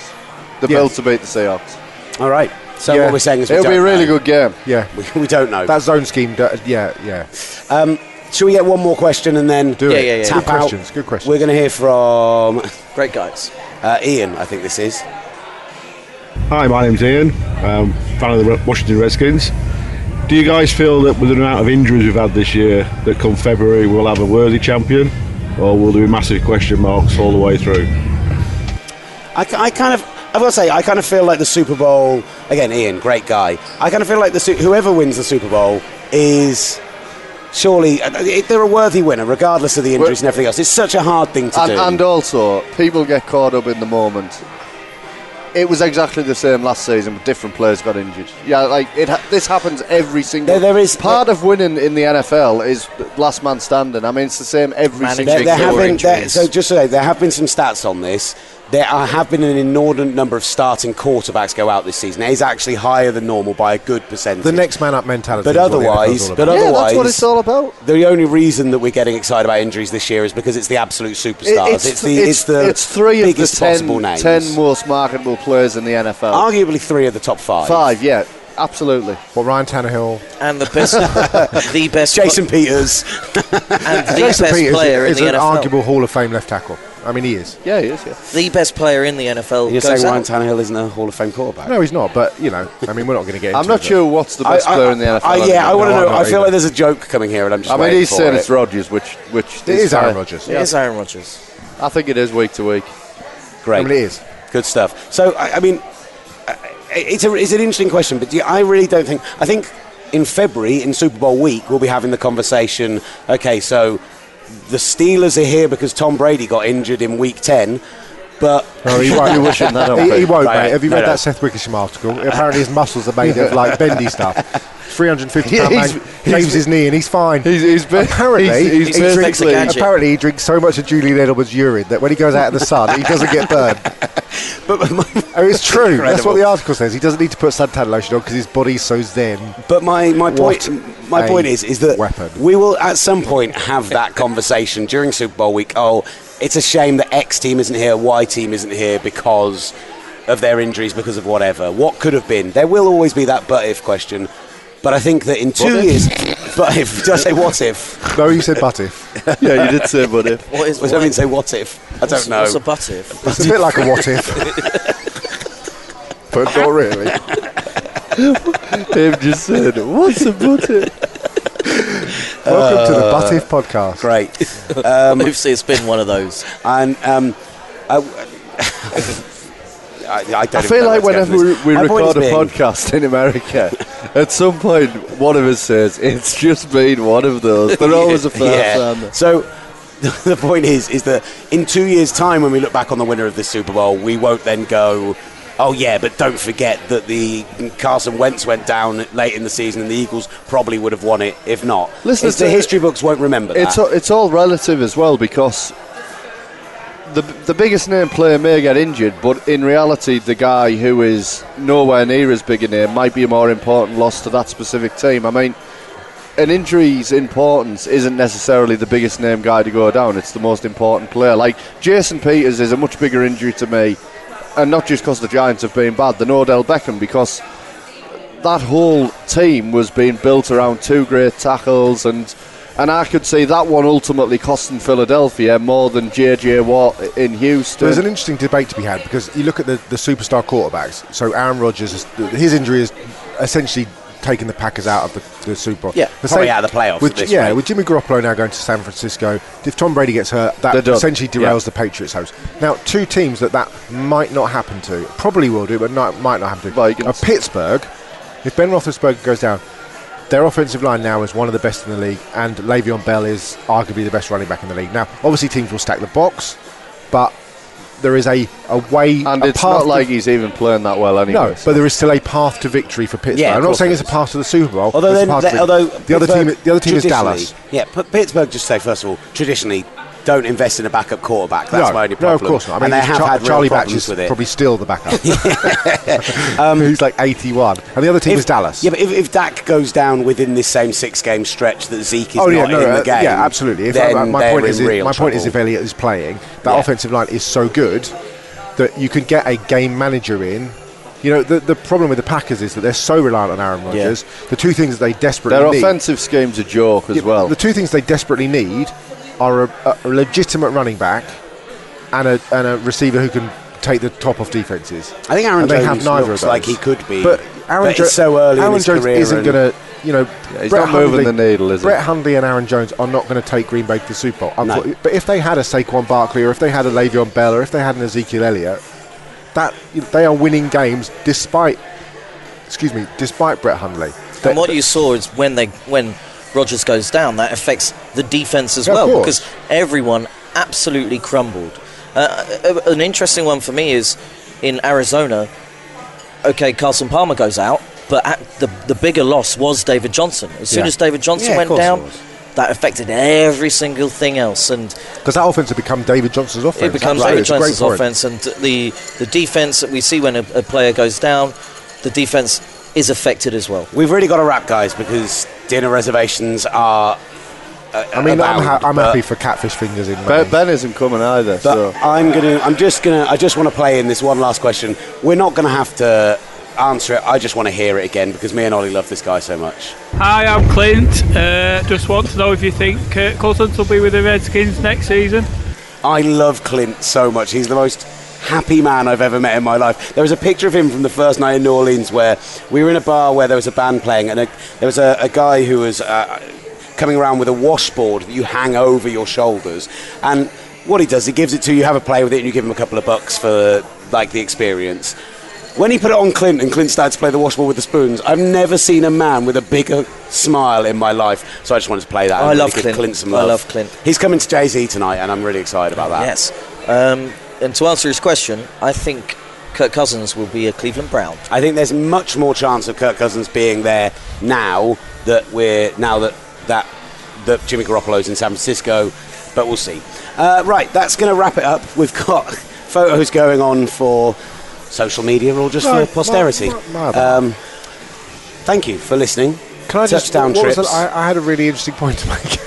Speaker 8: The
Speaker 5: Yeah.
Speaker 8: Bills to beat the Seahawks.
Speaker 1: All right. So
Speaker 5: Yeah.
Speaker 1: what we're saying is we
Speaker 8: It'll
Speaker 1: don't
Speaker 8: be a really
Speaker 1: know.
Speaker 8: good game.
Speaker 5: Yeah,
Speaker 1: We, we don't know.
Speaker 5: that zone scheme. do- yeah, yeah.
Speaker 1: Should we get one more question and then
Speaker 5: Do
Speaker 2: Yeah,
Speaker 5: it.
Speaker 2: yeah, yeah.
Speaker 1: tap
Speaker 5: Good
Speaker 1: out?
Speaker 5: questions. Good questions.
Speaker 1: We're going to hear from
Speaker 2: Great guys.
Speaker 1: uh, Ian, I think this is.
Speaker 6: Hi, my name's Ian, um, fan of the Re- Washington Redskins. Do you guys feel that with the amount of injuries we've had this year, that come February we'll have a worthy champion, or will there be massive question marks all the way through?
Speaker 1: I, ki- I kind of. I've got to say, I kind of feel like the Super Bowl. Again, Ian, great guy. I kind of feel like the Su- whoever wins the Super Bowl is surely uh, it- they're a worthy winner, regardless of the injuries and everything else. It's such a hard thing to
Speaker 8: and,
Speaker 1: do.
Speaker 8: and also, people get caught up in the moment. It was exactly the same last season, but different players got injured. Yeah, like it. Ha- this happens every single.
Speaker 1: There- there is-
Speaker 8: part of winning in the NFL is last man standing. I mean, it's the same every
Speaker 2: Managing
Speaker 8: single.
Speaker 2: They're- they're
Speaker 1: there have
Speaker 2: Four
Speaker 1: been, there,
Speaker 2: injuries.
Speaker 1: so just so there have been some stats on this. There are, have been an inordinate number of starting quarterbacks go out this season. It is actually higher than normal by a good percentage.
Speaker 5: The next man up mentality.
Speaker 1: But
Speaker 5: is what the
Speaker 1: otherwise-
Speaker 5: NFL's all
Speaker 1: but
Speaker 5: about.
Speaker 8: yeah,
Speaker 1: Otherwise-
Speaker 8: that's what it's all about.
Speaker 1: the only reason that we're getting excited about injuries this year is because it's the absolute superstars. it's, the it's, the
Speaker 8: it's three of the
Speaker 1: biggest possible
Speaker 8: ten,
Speaker 1: names.
Speaker 8: ten most marketable players in the NFL.
Speaker 1: Arguably three of the top five.
Speaker 8: Five, yeah, absolutely.
Speaker 5: Well, Ryan Tannehill.
Speaker 2: And the best, the best,
Speaker 1: Jason Peters.
Speaker 2: and the
Speaker 5: Jason
Speaker 2: best
Speaker 5: Peters
Speaker 2: player
Speaker 5: is
Speaker 2: in the
Speaker 5: an
Speaker 2: NFL.
Speaker 5: arguable Hall of Fame left tackle. I mean, he is.
Speaker 8: Yeah, he is. Yeah.
Speaker 2: The best player in the NFL.
Speaker 1: You're
Speaker 2: goes
Speaker 1: saying Ryan
Speaker 2: out.
Speaker 1: Tannehill isn't a Hall of Fame quarterback?
Speaker 5: No, he's not. But you know, I mean, we're not going to get.
Speaker 8: I'm
Speaker 5: into
Speaker 8: not
Speaker 5: it,
Speaker 8: sure what's the best player in the NFL.
Speaker 1: I, yeah, I
Speaker 8: anymore.
Speaker 1: want to
Speaker 5: No, I'm
Speaker 1: know.
Speaker 5: not
Speaker 1: I feel
Speaker 5: either.
Speaker 1: like there's a joke coming here, and I'm just.
Speaker 8: I mean,
Speaker 1: waiting
Speaker 8: he's
Speaker 1: for
Speaker 8: saying
Speaker 1: it.
Speaker 8: it's Rodgers, which which
Speaker 5: But it is Aaron
Speaker 8: fair.
Speaker 5: Rodgers.
Speaker 2: It is Aaron Rodgers.
Speaker 8: I think it is week to week.
Speaker 5: I mean, it
Speaker 1: Great,
Speaker 5: is.
Speaker 1: good stuff. So, I, I mean, uh, it's a, it's an interesting question, but do you- I really don't think. I think in February, in Super Bowl week, we'll be having the conversation. Okay, so the Steelers are here because Tom Brady got injured in Week ten, but
Speaker 5: No, he won't.
Speaker 8: wishing that on
Speaker 5: he, he
Speaker 8: people.
Speaker 5: won't,
Speaker 1: Right,
Speaker 5: mate. Have you
Speaker 1: no,
Speaker 5: read
Speaker 1: no.
Speaker 5: that Seth Wickersham article? Apparently, his muscles are made of like bendy stuff. 350 pound
Speaker 8: Yeah,
Speaker 5: man
Speaker 8: he's-
Speaker 5: caves
Speaker 8: he's-
Speaker 5: his knee and he's fine.
Speaker 8: He's- he's ba-
Speaker 5: apparently
Speaker 8: he's- he's
Speaker 5: he drinks,
Speaker 8: basically-
Speaker 5: apparently he drinks so much of Julie Littlewood's urine that when he goes out in the sun, he doesn't get burned.
Speaker 1: but my,
Speaker 5: Oh, it's true. That's what
Speaker 1: Incredible.
Speaker 5: the article says. He doesn't need to put suntan lotion on because his body's so zen.
Speaker 1: But my, my point
Speaker 5: What
Speaker 1: my
Speaker 5: a
Speaker 1: point is is that
Speaker 5: weapon.
Speaker 1: we will at some point have that conversation during Super Bowl week. Oh, it's a shame that X team isn't here, Y team isn't here because of their injuries, because of whatever. What could have been? There will always be that but if question. But I think that in two years, but if did I say what if?
Speaker 5: No, you said but if.
Speaker 8: yeah, you did say, buddy.
Speaker 2: What is?
Speaker 1: Was I
Speaker 2: what
Speaker 1: mean
Speaker 2: is-
Speaker 1: to say what if? I
Speaker 2: what's-
Speaker 1: don't know.
Speaker 2: What's a butt if?
Speaker 5: It's a bit like a what if. but not really.
Speaker 8: Dave just said, "What's about it?"
Speaker 5: Welcome to the
Speaker 8: Uh,
Speaker 5: But If podcast.
Speaker 1: Great.
Speaker 2: Obviously, it's been one of those.
Speaker 1: And um, I, I, I don't
Speaker 8: I
Speaker 1: even
Speaker 8: feel
Speaker 1: know
Speaker 8: like
Speaker 1: where to go
Speaker 8: whenever
Speaker 1: from
Speaker 8: we,
Speaker 1: this.
Speaker 8: we
Speaker 1: My point
Speaker 8: record a
Speaker 1: is being-
Speaker 8: podcast in America, at some point one of us says, "It's just been one of those." They're always a first. aren't
Speaker 5: um,
Speaker 8: they?
Speaker 1: So the point is, is that in two years' time, when we look back on the winner of this Super Bowl, we won't then go, "Oh yeah," but don't forget that the Carson Wentz went down late in the season, and the Eagles probably would have won it if not.
Speaker 8: Listen,
Speaker 1: It's the
Speaker 8: it's a-
Speaker 1: history books won't remember that.
Speaker 8: It's all, it's all relative as well because the the biggest name player may get injured, but in reality, the guy who is nowhere near as big a name might be a more important loss to that specific team. I mean, an injury's importance isn't necessarily the biggest name guy to go down. It's the most important player. Like Jason Peters is a much bigger injury to me, and not just because the Giants have been bad. Than Odell Beckham because that whole team was being built around two great tackles and and I could see that one ultimately costing Philadelphia more than JJ Watt in Houston.
Speaker 5: There's an interesting debate to be had because you look at the, the superstar quarterbacks. So Aaron Rodgers, is- his injury is essentially taken the Packers out of the, the Super Bowl.
Speaker 2: Yeah,
Speaker 5: the
Speaker 1: probably out of the playoffs
Speaker 5: With,
Speaker 1: at this
Speaker 5: yeah,
Speaker 1: rate.
Speaker 5: with Jimmy Garoppolo now going to San Francisco, if Tom Brady gets hurt,
Speaker 8: They're
Speaker 5: that
Speaker 8: done.
Speaker 5: essentially derails
Speaker 8: Yeah.
Speaker 5: the Patriots' hopes. Now, two teams that that might not happen to, probably will do, but not, might not happen to.
Speaker 8: Vikings.
Speaker 5: Are Pittsburgh, if Ben Roethlisberger goes down, their offensive line now is one of the best in the league, and Le'Veon Bell is arguably the best running back in the league. Now, obviously, teams will stack the box, but there is a, a way
Speaker 8: and
Speaker 5: a
Speaker 8: it's
Speaker 5: path
Speaker 8: not
Speaker 5: to-
Speaker 8: like he's even playing that well anyway.
Speaker 5: no,
Speaker 8: so-
Speaker 5: but there is still a path to victory for Pittsburgh.
Speaker 1: Yeah, of
Speaker 5: I'm not
Speaker 1: course
Speaker 5: saying
Speaker 1: there
Speaker 5: it's a path to the Super Bowl.
Speaker 1: Although,
Speaker 5: it's a
Speaker 1: then,
Speaker 5: path to
Speaker 1: the,
Speaker 5: the,
Speaker 1: although
Speaker 5: the other team,
Speaker 1: Pittsburgh
Speaker 5: the other team is
Speaker 1: traditionally-
Speaker 5: Dallas.
Speaker 1: Yeah, but Pittsburgh just say first of all, traditionally, don't invest in a backup quarterback. That's
Speaker 5: no,
Speaker 1: my only
Speaker 5: no,
Speaker 1: problem.
Speaker 5: of course not. I mean,
Speaker 1: and they have
Speaker 5: Char-
Speaker 1: had real
Speaker 5: Charlie Batch
Speaker 1: problems
Speaker 5: is
Speaker 1: with it. Um,
Speaker 5: probably still the backup. Who's like 81, and the other team
Speaker 1: If-
Speaker 5: is Dallas.
Speaker 1: Yeah, but if, if Dak goes down within this same six-game stretch that Zeke is
Speaker 5: oh
Speaker 1: not
Speaker 5: yeah, no,
Speaker 1: in
Speaker 5: uh,
Speaker 1: the game,
Speaker 5: yeah, absolutely. If
Speaker 1: then
Speaker 5: I, uh, my
Speaker 1: they're
Speaker 5: point is,
Speaker 1: in
Speaker 5: if-
Speaker 1: real
Speaker 5: my point is, if
Speaker 1: trouble.
Speaker 5: Elliott is playing, that
Speaker 1: Yeah.
Speaker 5: offensive line is so good that you could get a game manager in. You know, the, the problem with the Packers is that they're so reliant on Aaron Rodgers. The two things that they desperately
Speaker 8: Their
Speaker 5: need,
Speaker 8: offensive scheme's a joke as
Speaker 5: Yeah,
Speaker 8: well.
Speaker 5: The two things they desperately need are a, a legitimate running back and a, and a receiver who can take the top off defenses.
Speaker 1: I think Aaron
Speaker 5: and they
Speaker 1: Jones
Speaker 5: have neither
Speaker 1: looks
Speaker 5: of those.
Speaker 1: like he could be,
Speaker 5: But Aaron
Speaker 1: but
Speaker 5: Jo-
Speaker 1: it's so early in
Speaker 5: Aaron
Speaker 1: his
Speaker 5: Jones
Speaker 1: career
Speaker 5: isn't
Speaker 1: and-
Speaker 5: going to, you know,
Speaker 8: he's not moving the needle, is he?
Speaker 5: Brett Hundley and Aaron Jones are not going to take Green Bay to the Super Bowl. Unfor- But if they had a Saquon Barkley or if they had a Le'Veon Bell or if they had an Ezekiel Elliott, that you know, they are winning games despite, excuse me, despite Brett Hundley. They-
Speaker 2: and what you saw is when they when Rogers goes down, that affects the defense as
Speaker 5: Yeah, of
Speaker 2: well
Speaker 5: course.
Speaker 2: because everyone absolutely crumbled. Uh, a- an interesting one for me is in Arizona. Okay, Carson Palmer goes out, but at the the bigger loss was David Johnson. As soon
Speaker 5: Yeah.
Speaker 2: as David Johnson
Speaker 1: Yeah, of
Speaker 2: went
Speaker 1: course it
Speaker 2: down,
Speaker 1: was.
Speaker 2: that affected every single thing else, and
Speaker 5: Because that offense had become David Johnson's offense.
Speaker 2: it becomes
Speaker 5: Right,
Speaker 2: David
Speaker 5: it's a great
Speaker 2: Johnson's
Speaker 5: point.
Speaker 2: offense, and the the defense that we see when a, a player goes down, the defense is affected as well.
Speaker 1: We've really got to wrap, guys, because dinner reservations are.
Speaker 5: I mean, I'm, ha-
Speaker 1: abound,
Speaker 5: I'm
Speaker 1: but-
Speaker 5: happy for catfish fingers in.
Speaker 8: Ben,
Speaker 5: May.
Speaker 8: ben isn't coming either.
Speaker 1: But
Speaker 8: So
Speaker 1: I'm gonna. I'm just gonna. I just want to play in this one last question. We're not gonna have to answer it. I just want to hear it again because me and Ollie love this guy so much.
Speaker 7: Hi, I'm Clint. Uh, just want to know if you think uh, Kurt Cousins will be with the Redskins next season.
Speaker 1: I love Clint so much. He's the most happy man I've ever met in my life. There was a picture of him from the first night in New Orleans where we were in a bar where there was a band playing and a, there was a, a guy who was uh, coming around with a washboard that you hang over your shoulders. And what he does, he gives it to you, have a play with it, and you give him a couple of bucks for like the experience. When he put it on Clint and Clint started to play the washboard with the spoons, I've never seen a man with a bigger smile in my life. So I just wanted to play that. and
Speaker 2: I love
Speaker 1: give
Speaker 2: Clint.
Speaker 1: Clint some
Speaker 2: I
Speaker 1: love.
Speaker 2: love Clint.
Speaker 1: He's coming to Jay Z tonight, and I'm really excited about that.
Speaker 2: Yes. Um, and to answer his question, I think Kirk Cousins will be a Cleveland Brown.
Speaker 1: I think there's much more chance of Kirk Cousins being there now that we're now that that that Jimmy Garoppolo's in San Francisco, but we'll see. Uh, right, that's going to wrap it up. We've got photos going on for social media or just
Speaker 5: No,
Speaker 1: for posterity.
Speaker 5: my- my- my
Speaker 2: uh,
Speaker 5: bad.
Speaker 1: um, thank you for listening.
Speaker 5: Can I just
Speaker 1: touchdown
Speaker 5: what was
Speaker 1: trips
Speaker 5: that? I, I had a really interesting point to make.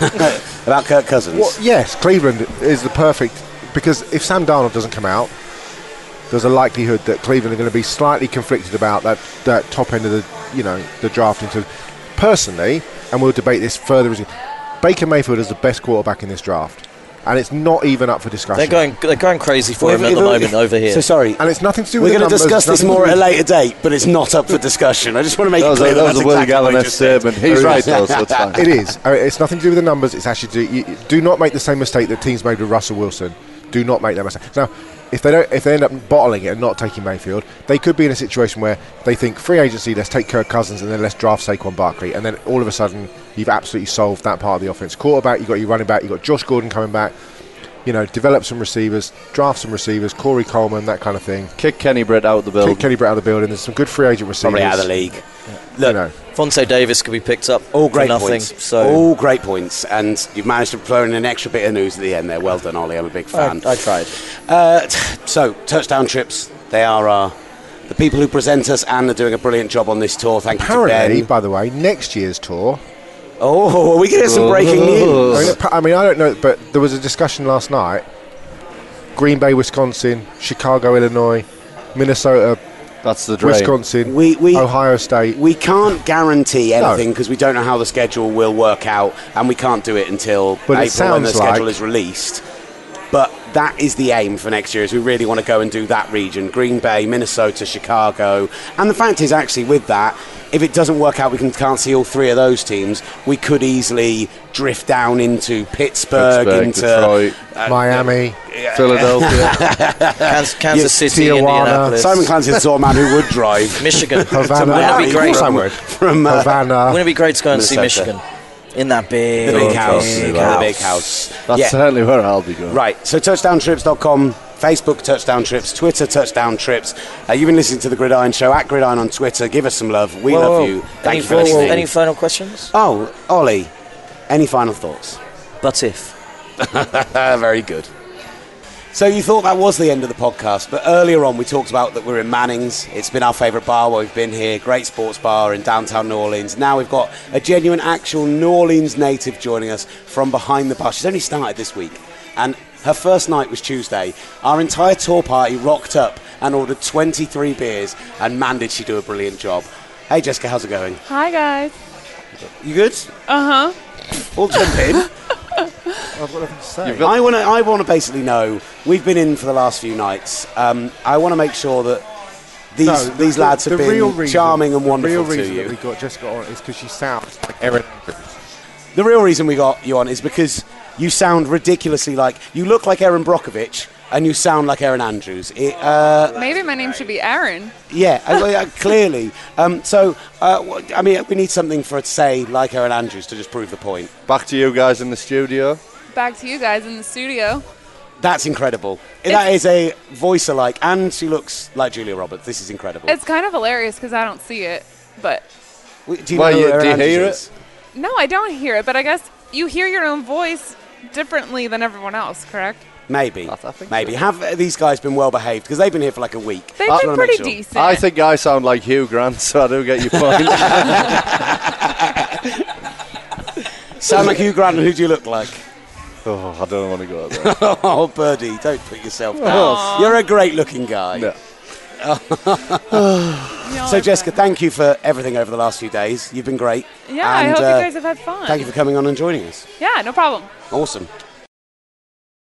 Speaker 1: about Kirk Cousins?
Speaker 5: Well, yes, Cleveland is the perfect because if Sam Darnold doesn't come out, there's a likelihood that Cleveland are going to be slightly conflicted about that, that top end of the you know the draft into personally, and we'll debate this further. as- Baker Mayfield is the best quarterback in this draft, and it's not even up for discussion.
Speaker 2: They're going they're going crazy for
Speaker 1: Well,
Speaker 2: him
Speaker 1: if-
Speaker 2: at the
Speaker 1: if-
Speaker 2: moment over here.
Speaker 1: So sorry.
Speaker 5: and it's nothing to do
Speaker 1: We're
Speaker 5: with.
Speaker 1: going to
Speaker 5: going to
Speaker 1: discuss this more at a later date, but it's not up for discussion. I just want to make
Speaker 8: that
Speaker 1: it
Speaker 8: was,
Speaker 1: clear
Speaker 8: a, that was
Speaker 1: that's
Speaker 8: a Will
Speaker 1: exactly what I
Speaker 8: Gallinus
Speaker 1: just said.
Speaker 8: statement. He's right, though, so it's fine.
Speaker 5: It is. Uh, It's nothing to do with the numbers. It's actually do, you, do not make the same mistake that teams made with Russell Wilson. Do not make that mistake. Now, if they don't, if they end up bottling it and not taking Mayfield, they could be in a situation where they think free agency, let's take Kirk Cousins and then let's draft Saquon Barkley, and then all of a sudden you've absolutely solved that part of the offense. Quarterback, you have got your running back, you have got Josh Gordon coming back. You know, develop some receivers, draft some receivers, Corey Coleman, that kind of thing.
Speaker 8: Kick Kenny Britt out
Speaker 5: Take
Speaker 8: the building.
Speaker 5: Kenny Brett out of the building. There's some good free agent receivers.
Speaker 1: Probably out of the league.
Speaker 5: You
Speaker 1: Look,
Speaker 5: know.
Speaker 2: Fonte Davis could be picked up
Speaker 1: All
Speaker 2: for
Speaker 1: great
Speaker 2: nothing.
Speaker 1: points.
Speaker 2: So
Speaker 1: all great points, and you've managed to throw in an extra bit of news at the end there. Well done, Ollie. I'm a big fan.
Speaker 2: I, I tried.
Speaker 1: Uh, t- so touchdown trips. They are uh, the people who present us and are doing a brilliant job on this tour. Thank
Speaker 5: Apparently,
Speaker 1: you to Ben.
Speaker 5: by the way, next year's tour
Speaker 1: Oh, are we getting some breaking news?
Speaker 5: I mean, appa- I mean, I don't know, but there was a discussion last night. Green Bay, Wisconsin, Chicago, Illinois, Minnesota,
Speaker 8: That's the dream.
Speaker 5: Wisconsin,
Speaker 1: We- we-
Speaker 5: Ohio State.
Speaker 1: We can't guarantee anything because we don't know how the schedule will work out, and we can't do it until
Speaker 5: But it
Speaker 1: April when the
Speaker 5: sounds like-
Speaker 1: schedule is released. But that is the aim for next year, is we really want to go and do that region: Green Bay, Minnesota, Chicago. And the fact is, actually, with that, if it doesn't work out, we can, can't see all three of those teams. We could easily drift down into Pittsburgh,
Speaker 8: Pittsburgh,
Speaker 1: into
Speaker 8: Detroit,
Speaker 1: uh,
Speaker 5: Miami.
Speaker 8: Philadelphia.
Speaker 2: Kansas, Kansas City,
Speaker 5: Tijuana.
Speaker 2: Indianapolis,
Speaker 1: Ah, Simon Clancy is the sort of man who would drive.
Speaker 2: Michigan. Wouldn't
Speaker 5: Havana.
Speaker 2: it be
Speaker 5: Of
Speaker 2: great?
Speaker 5: course I
Speaker 1: From-
Speaker 5: would.
Speaker 1: From uh,
Speaker 5: Havana.
Speaker 2: Wouldn't it be great to go and see
Speaker 1: Minnesota.
Speaker 2: Michigan in that big,
Speaker 1: the big
Speaker 8: Don't
Speaker 1: house.
Speaker 8: trust me,
Speaker 1: The
Speaker 8: that.
Speaker 1: big house.
Speaker 8: That's
Speaker 1: Yeah.
Speaker 8: certainly where I'll be going.
Speaker 1: Right, so touchdowntrips.com, Facebook Touchdown Trips, Twitter Touchdown Trips. Uh, you've been listening to The Gridiron Show at Gridiron on Twitter. Give us some love. We
Speaker 2: Whoa,
Speaker 1: love
Speaker 2: whoa.
Speaker 1: you.
Speaker 2: Any,
Speaker 1: Thank you for
Speaker 2: final-
Speaker 1: listening.
Speaker 2: any final questions?
Speaker 1: oh, Ollie, any final thoughts?
Speaker 2: But if.
Speaker 1: Ah, very good. So you thought that was the end of the podcast, but earlier on we talked about that we're in Manning's. It's been our favourite bar while we've been here. Great sports bar in downtown New Orleans. Now we've got a genuine, actual New Orleans native joining us from behind the bar. She's only started this week, and her first night was Tuesday. Our entire tour party rocked up and ordered 23 beers, and man, did she do a brilliant job. Hey Jessica, how's it going?
Speaker 11: Hi guys.
Speaker 1: You good?
Speaker 11: Uh huh.
Speaker 1: All jump in.
Speaker 5: I've got nothing to say.
Speaker 1: I want to. I want to basically know. We've been in for the last few nights. Um, I want to make sure that these
Speaker 5: No, the-
Speaker 1: these
Speaker 5: the-
Speaker 1: lads have
Speaker 5: the
Speaker 1: been
Speaker 5: real reason-
Speaker 1: charming and
Speaker 5: the
Speaker 1: wonderful
Speaker 5: real reason
Speaker 1: to you.
Speaker 5: That we got Jessica on is because she sounds like Erin Andrews.
Speaker 1: the real reason we got you on is because you sound ridiculously like you look like Aaron Brockovich, and you sound like Aaron Andrews. It, uh,
Speaker 6: Maybe my name should be Aaron.
Speaker 1: yeah, uh, well, yeah, clearly. Um, so, uh, w- I mean, we need something for it to say like Aaron Andrews to just prove the point.
Speaker 8: Back to you guys in the studio.
Speaker 6: Back to you guys in the studio.
Speaker 1: That's incredible. that is a voice alike, and she looks like Julia Roberts. This is incredible.
Speaker 6: It's kind of hilarious because I don't see it, but
Speaker 1: W- Do you,
Speaker 8: Well,
Speaker 1: know
Speaker 8: you-
Speaker 1: who Aaron
Speaker 8: do you
Speaker 1: Andrews
Speaker 8: hear
Speaker 1: is?
Speaker 6: no, I don't hear it. But I guess you hear your own voice differently than everyone else, correct?
Speaker 1: Maybe. Maybe. Have uh, these guys been well behaved? Because they've been here for like a week.
Speaker 6: They've
Speaker 1: Just wanna
Speaker 6: been
Speaker 1: make
Speaker 6: pretty
Speaker 1: sure.
Speaker 6: decent.
Speaker 8: I think I sound like Hugh Grant, so I do get your point.
Speaker 1: Sound like Hugh Grant, and who do you look like?
Speaker 8: oh, I don't want to go there.
Speaker 1: oh, Birdie, don't put yourself down.
Speaker 6: Aw.
Speaker 1: You're a great looking guy.
Speaker 8: No.
Speaker 6: Y'all
Speaker 1: So,
Speaker 6: are
Speaker 1: Jessica, thank you for everything over the last few days. You've been great.
Speaker 6: fun. yeah, I
Speaker 1: and,
Speaker 6: hope
Speaker 1: uh,
Speaker 6: you guys have had fun.
Speaker 1: Thank you for coming on and joining us.
Speaker 6: yeah, no problem.
Speaker 1: Awesome.